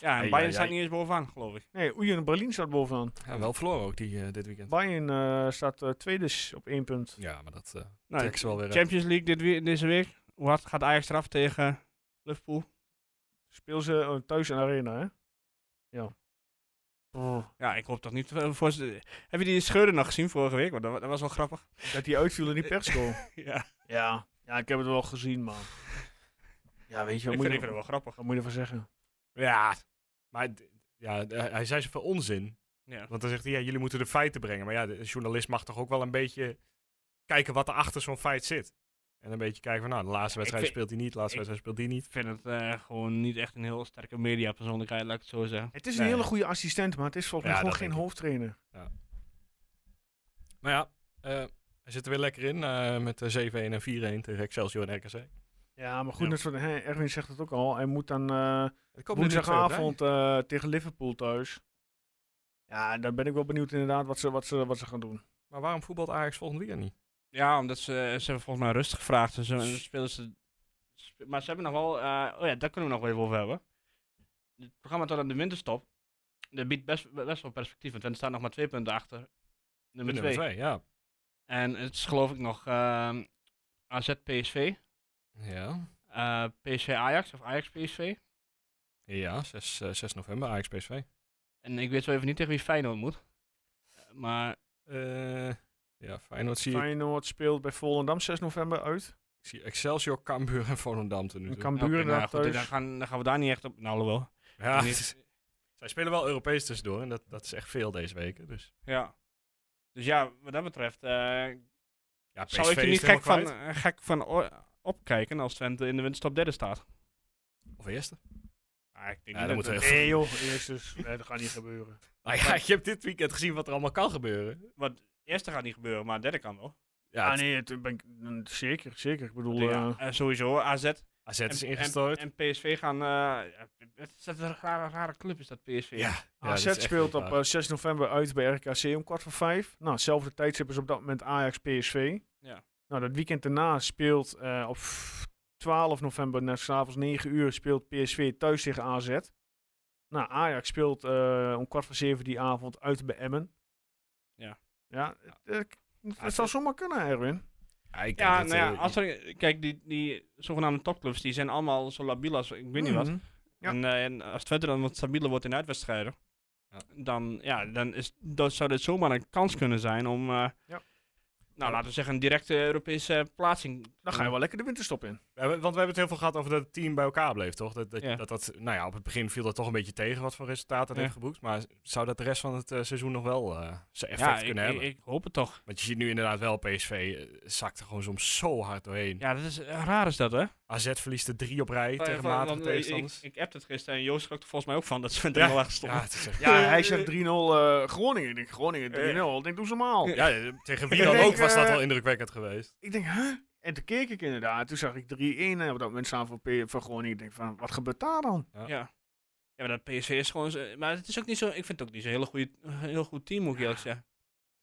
S5: Ja, en
S6: Ai,
S5: Bayern
S6: ai,
S5: staat
S6: ai.
S5: niet eens bovenaan, geloof ik.
S2: Nee, Union Berlin staat bovenaan.
S6: Ja, wel verloren ook die, eh, dit weekend.
S2: Bayern eh, staat eh, tweede op één punt.
S6: Ja, maar dat eh
S5: Nou,
S6: trekt ze wel weer uit.
S5: Champions League dit wie- deze week. Hoe hard gaat Ajax eraf tegen Liverpool?
S2: Speel ze eh, thuis in de arena, hè? Ja. Oh,
S5: Ja, ik hoop toch niet. eh, Voor... ze- Heb je die scheuren nog gezien vorige week? Want dat, wa- dat was wel grappig. [LAUGHS]
S2: dat die uitviel
S6: [LAUGHS]
S2: in die persco.
S5: ja,
S2: ja. ja, ik heb het wel gezien, man. Ja, weet je, wat
S5: ik vind, ik
S2: moet
S5: vind
S2: je,
S5: het
S2: er-
S5: wel grappig.
S2: wat moet je ervan zeggen?
S6: Ja, maar d- ja, d- hij zei zoveel onzin.
S5: Ja.
S6: Want dan zegt hij, ja, jullie moeten de feiten brengen. Maar ja, de journalist mag toch ook wel een beetje kijken wat er achter zo'n feit zit. En een beetje kijken van, nou, de laatste wedstrijd
S5: vind-
S6: speelt hij niet, de laatste
S5: ik-
S6: wedstrijd speelt hij niet.
S5: Ik vind het eh, gewoon niet echt een heel sterke mediapersoonlijkheid, laat ik het zo zeggen.
S2: Het is een
S6: Nee.
S2: hele goede assistent, maar het is volgens mij
S6: Ja,
S2: gewoon
S6: dat
S2: geen
S6: denk
S2: hoofdtrainer.
S6: Maar ja, eh, hij zit er weer lekker in eh, met eh, 7-1 en 4-1 tegen Excelsior en RKC.
S2: Ja, maar goed,
S6: Ja.
S2: net zoals hè, Erwin zegt het ook al. Hij moet dan eh,
S6: Ik hoop
S2: woensdagavond eh, tegen Liverpool thuis. Ja, dan ben ik wel benieuwd inderdaad wat ze, wat ze, wat ze gaan doen.
S6: Maar waarom voetbalt Ajax volgend weekend niet?
S5: Ja, omdat ze, ze hebben volgens mij rustig gevraagd. Dus, eh, dan spelen ze, sp- maar ze hebben nog wel... eh, oh ja, daar kunnen we nog wel even over hebben. Het programma tot aan de winterstop. Dat biedt best, best wel perspectief. Want er staan nog maar twee punten achter. Nummer twee.
S6: ja.
S5: En het is geloof ik nog ehm, AZ PSV.
S6: Ja,
S5: eh, PSV Ajax of Ajax PSV.
S6: ja 6, eh, 6 november, Ajax PSV.
S5: En ik weet zo even niet tegen wie Feyenoord moet. Eh, Maar
S6: Eh, ja, Feyenoord zie ik.
S2: Feyenoord speelt bij Volendam 6 november uit.
S6: Ik zie Excelsior, Cambuur en Volendam te nu
S2: In
S6: toe.
S2: Cambuur
S5: Oké, nou ja,
S2: inderdaad
S5: goed,
S2: thuis.
S5: [LAUGHS] dan, gaan, dan gaan we daar niet echt op. Nou, alhoewel.
S6: Ja,
S5: En
S6: het is- zij spelen wel Europees tussendoor en dat, dat is echt veel deze weken. Dus.
S5: Ja. Dus ja, wat dat betreft. eh,
S6: Ja,
S5: zou ik er
S6: is
S5: niet
S6: helemaal
S5: gek van,
S6: kwijt.
S5: eh, gek van o- opkijken als Twente in de winststop derde staat.
S6: Of eerste.
S5: Ah, ik denk
S6: Ja, dan moeten we echt-
S2: Nee joh, eerst dus. Nee, dat gaat niet gebeuren.
S6: Nou ja, je hebt dit weekend gezien wat er allemaal kan gebeuren.
S5: Want eerste gaat niet gebeuren, maar derde kan wel.
S6: Ja,
S2: Ja,
S6: het-
S2: Ah, nee, het, ben ik, mm, zeker, zeker. Ik bedoel,
S5: Ja,
S2: eh,
S5: eh, sowieso, AZ
S6: AZ is
S5: en,
S6: ingestort.
S5: en, en PSV gaan... eh, ja, het is dat een rare, rare club, is dat PSV.
S6: Ja. dat is
S2: AZ
S6: echt
S2: speelt
S6: niet
S2: op
S6: waar.
S2: eh, 6 november uit bij RKC om kwart voor vijf. Nou, hetzelfde tijdstip is op dat moment Ajax-PSV.
S5: Ja.
S2: Nou, dat weekend daarna speelt eh, op 12 november, net s'avonds 9 uur, speelt PSV thuis tegen AZ. Nou, Ajax speelt eh, om kwart voor zeven die avond uit bij Emmen.
S5: Ja.
S2: Ja, het, eh, k- het
S6: AZ.
S2: zou zomaar kunnen, Erwin.
S6: Ja, ik denk
S5: Ja,
S6: dat,
S5: nou ja,
S6: eh,
S5: als er, kijk, die, die zogenaamde topclubs, die zijn allemaal zo labiel als ik weet niet wat.
S2: Mhm. Ja.
S5: En, eh, en als Twente dan wat stabieler wordt in uitwedstrijden, dan, ja, dan is, dan zou dit zomaar een kans kunnen zijn om, eh,
S2: Ja.
S5: nou laten we zeggen, een directe Europese eh, plaatsing.
S2: Dan ga je wel lekker de winterstop in.
S6: We hebben- Want we hebben het heel veel gehad over dat het team bij elkaar bleef, toch? Dat, dat,
S5: Ja.
S6: dat, dat, nou ja, op het begin viel dat toch een beetje tegen wat voor resultaten het
S5: Ja.
S6: heeft geboekt. Maar zou dat de rest van het eh, seizoen nog wel eh, zijn effect
S5: ja, ik,
S6: kunnen
S5: ik,
S6: hebben?
S5: ik hoop het toch.
S6: Want je ziet nu inderdaad wel, PSV eh, zakt er gewoon soms zo hard doorheen.
S5: Ja, dat is eh, raar is dat, hè?
S6: AZ verliest er drie op rij
S5: Ja,
S6: tegen
S5: van-
S6: matige
S5: want, eh,
S6: tegenstanders.
S5: Ik, ik appte het gisteren en Joost schrok er volgens mij ook van dat ze
S6: Ja.
S5: er wel echt stonden.
S6: ja, het is echt-
S2: Ja, hij zegt 3-0 eh, Groningen. Ik denk, Groningen 3-0. Ik denk, doe ze maar.
S6: ja, eh, tegen wie
S2: Ik
S6: dan
S2: denk,
S6: ook was dat
S2: eh,
S6: wel indrukwekkend geweest.
S2: Ik denk, huh? En toen keek ik inderdaad. Toen zag ik 3-1 en op dat moment staan voor, P- voor Groningen. Ik denk, van, wat gebeurt daar dan?
S5: Ja. ja. maar dat PSV is gewoon... zo- Maar het is ook niet zo... Ik vind het ook niet zo'n hele goede, een heel goed team, moet ik eerlijk zeggen.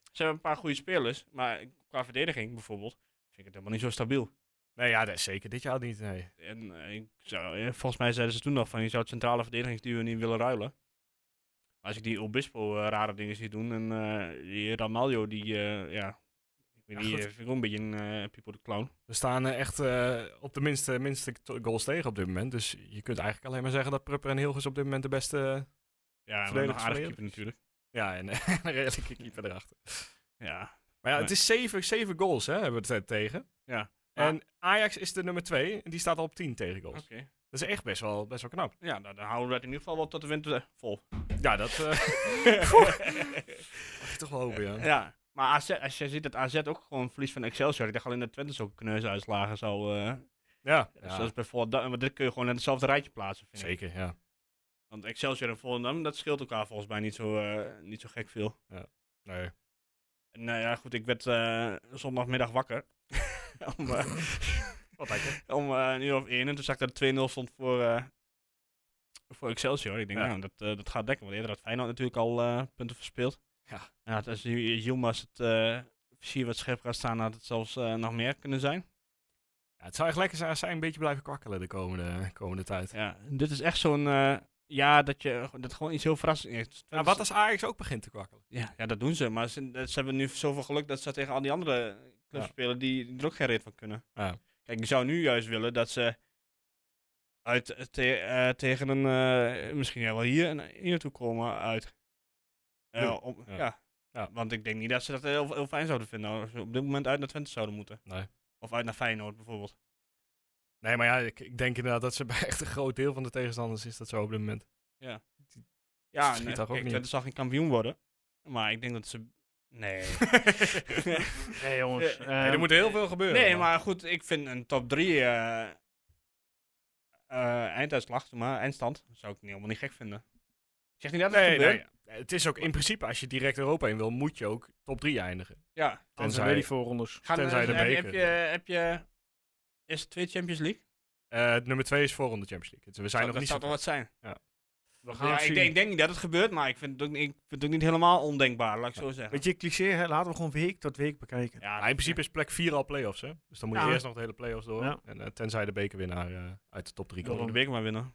S5: Ze hebben een paar goede spelers, maar qua verdediging bijvoorbeeld, vind ik het helemaal niet zo stabiel.
S6: Nee, ja, dat is zeker dit jaar niet. Nee.
S5: En eh, ik zou, eh, volgens mij zeiden ze toen nog van, je zou het centrale verdedigingsduo niet willen ruilen. Maar Als ik die Obispo eh, rare dingen zie doen en eh, die Ramaljo, die, eh, ja, ik weet
S6: Ja,
S5: niet,
S6: goed.
S5: eh, vind ik ook een beetje een eh people de clown.
S6: We staan eh, echt eh, op de minste, minste to- goals tegen op dit moment. Dus je kunt eigenlijk alleen maar zeggen dat Prupper en Hilgers op dit moment de beste...
S5: Ja, maar een
S6: Verdedigers
S5: aardige
S6: van
S5: keeper natuurlijk.
S6: ja, en [LAUGHS] een redelijke keeper erachter.
S5: Ja,
S6: Maar ja,
S5: Nee.
S6: het is zeven, zeven goals, hè, hebben we het eh, tegen.
S5: Ja.
S6: En Ajax is de nummer twee en die staat al op tien tegen goals.
S5: oké.
S6: Dat is echt best wel, best wel knap.
S5: Ja, nou, dan houden we dat in ieder geval wel tot de winter vol.
S6: Ja, dat eh, [LAUGHS] mag je toch wel hopen, ja.
S5: Ja, maar AZ, als je ziet dat AZ ook gewoon verlies van Excelsior. Ik dacht alleen dat Twente zo'n kneus uitslagen zou... eh,
S6: Ja,
S5: Zoals bij Volendam. Maar dit kun je gewoon in hetzelfde rijtje plaatsen, vind ik.
S6: zeker, ja.
S5: Want Excelsior en Volendam, dat scheelt elkaar volgens mij niet zo, eh, niet zo gek veel.
S6: Nee.
S5: En nou ja, goed, ik werd eh, zondagmiddag wakker. [LAUGHS] om eh,
S6: [LAUGHS] Wat lekker.
S5: om eh, een uur of één. En toen zag ik dat het 2-0 stond voor, eh, voor Excelsior. Ik denk,
S6: Ja.
S5: nou, dat, eh, dat gaat dekken. Want eerder had Feyenoord natuurlijk al eh, punten verspeeld.
S6: Ja.
S5: En had als Ju- Yilmaz het eh versier wat scherp gaat staan, had het zelfs eh, nog meer kunnen zijn.
S6: Ja, het zou echt lekker zijn als zij een beetje blijven kwakkelen de komende, komende tijd.
S5: Ja, dit is echt zo'n eh, ja dat je dat gewoon iets heel verrassends is.
S6: Maar Nou, wat als Ajax ook begint te kwakkelen?
S5: ja, ja, dat doen ze. Maar ze, dat- ze hebben nu zoveel geluk dat ze tegen al die andere clubs
S6: Ja.
S5: spelen die, die er ook geen reet van kunnen.
S6: Ja.
S5: Kijk, ik zou nu juist willen dat ze uit, te- eh, tegen een, eh, misschien wel hier en hier toe komen uit. Eh,
S6: Ja.
S5: om-
S6: Ja.
S5: ja.
S6: Ja.
S5: Want ik denk niet dat ze dat heel, heel fijn zouden vinden als ze op dit moment uit naar Twente zouden moeten.
S6: Nee.
S5: Of uit naar Feyenoord bijvoorbeeld.
S6: Nee, maar ja, ik, ik denk inderdaad dat ze bij [LAUGHS] echt een groot deel van de tegenstanders is dat zo op dit moment.
S5: Ja,
S6: Schiet
S5: en, eh,
S6: toch ook
S5: kijk,
S6: niet.
S5: Twente zal geen kampioen worden. Maar ik denk dat ze...
S6: [LAUGHS]
S5: Nee. [LAUGHS]
S2: Nee, jongens.
S5: Ja,
S2: eh,
S6: Nee, er [LAUGHS] moet heel veel gebeuren.
S5: nee, maar goed, ik vind een top 3 einduitslag, maar eindstand, zou ik niet, helemaal niet gek vinden. Ik zeg niet dat het
S6: Nee,
S5: gebeurt.
S6: nee, het is ook in principe, als je direct Europa in wil, moet je ook top 3 eindigen.
S5: Ja.
S2: anders
S6: Tenzij-
S2: weer die voorrondes.
S5: Gaan,
S6: Tenzij
S5: eh,
S6: de
S5: heb-
S6: beker.
S5: Heb je, heb je... Is het twee Champions League?
S6: Eh, nummer 2 is voorronde Champions League. Dus We zijn
S5: Zou-
S6: nog
S5: dat
S6: niet
S5: zou
S6: zo
S5: toch wat zijn?
S2: We gaan
S5: Ja,
S2: het
S5: ik,
S2: zien.
S5: denk, ik denk niet dat het gebeurt, maar ik vind het ook, niet- ik vind het ook niet helemaal ondenkbaar, laat ik zo zeggen.
S2: Weet je, cliché, hè? laten we gewoon week tot week bekijken.
S5: ja,
S6: Maar in principe is plek 4 al play-offs, hè? Dus dan moet je
S2: Ja.
S6: eerst nog de hele play-offs door.
S2: Ja.
S6: En, eh, tenzij de bekerwinnaar eh, uit de top 3
S5: Ik wil de
S6: komt.
S5: beker maar winnen.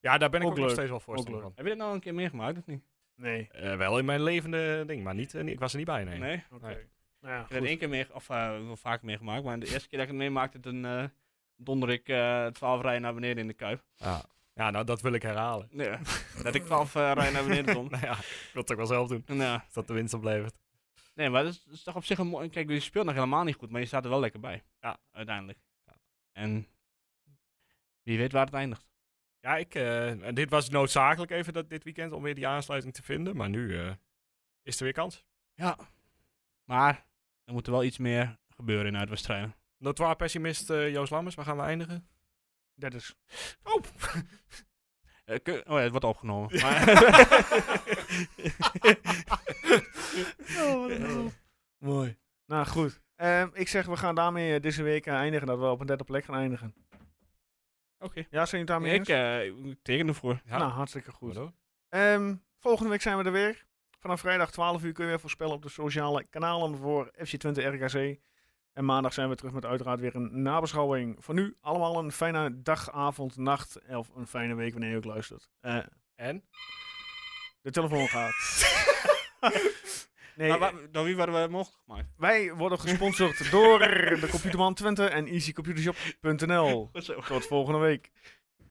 S6: Ja, daar ben ik
S2: Ook
S6: ook, nog
S2: leuk.
S6: steeds wel voorstander
S2: leuk.
S6: van.
S5: Heb je dit nou een keer meegemaakt of niet?
S2: Nee.
S6: Eh, wel in mijn levende ding, maar niet, eh, niet- ik was er niet bij, nee.
S5: nee?
S2: Oké.
S6: Nee.
S2: Nou ja,
S5: Ik heb
S2: goed.
S5: het één keer mee, of eh, wel vaker meegemaakt, maar de eerste keer dat ik het meemaakte, toen eh donder ik eh 12 rijen naar beneden in de kuip.
S6: Ja. ja, nou, dat wil ik herhalen.
S5: Nee,
S6: [LAUGHS]
S5: dat ik 12 eh, rijen naar beneden [LAUGHS] donder.
S6: nou ja, ik wil het ook wel zelf doen.
S5: En, eh,
S6: Als dat de winst oplevert.
S5: nee, maar dat is, dat is toch op zich een mooi. Kijk, je speelt nog helemaal niet goed, maar je staat er wel lekker bij.
S6: Ja.
S5: uiteindelijk. En wie weet waar het eindigt.
S6: Ja, ik, eh, en dit was noodzakelijk even dat, dit weekend om weer die aansluiting te vinden. Maar nu eh, is er weer kans.
S5: Ja, maar er moet er wel iets meer gebeuren in uitwedstrijden.
S6: Notoire pessimist eh, Joost Lammers, waar gaan we [LAUGHS] eindigen?
S2: Dat
S6: [LAUGHS]
S2: is...
S6: Oh!
S5: Eh, kun- oh ja, het wordt opgenomen. [LAUGHS] Maar,
S6: Oh,
S2: Mooi. Nou, goed. Ehm, ik zeg, we gaan daarmee eh, deze week eh, eindigen. Dat we op een derde plek gaan eindigen.
S5: Oké.
S2: Ja, zijn jullie het daarmee
S5: Ik
S2: eens?
S5: eh, ik teken ervoor.
S6: ja.
S2: Nou, hartstikke goed.
S6: Hallo?
S2: Ehm, volgende week zijn we er weer. Vanaf vrijdag 12 uur kun je weer voorspellen op de sociale kanalen voor FC Twente RKC. En maandag zijn we terug met uiteraard weer een nabeschouwing. Voor nu allemaal een fijne dag, avond, nacht of een fijne week wanneer je ook luistert. Eh,
S6: En?
S2: de telefoon gaat. nee,
S5: Maar waar- door wie werden we mogelijk gemaakt?
S2: wij worden gesponsord door de Computerman Twente en easycomputershop.nl.
S5: Goed zo.
S2: Tot volgende week.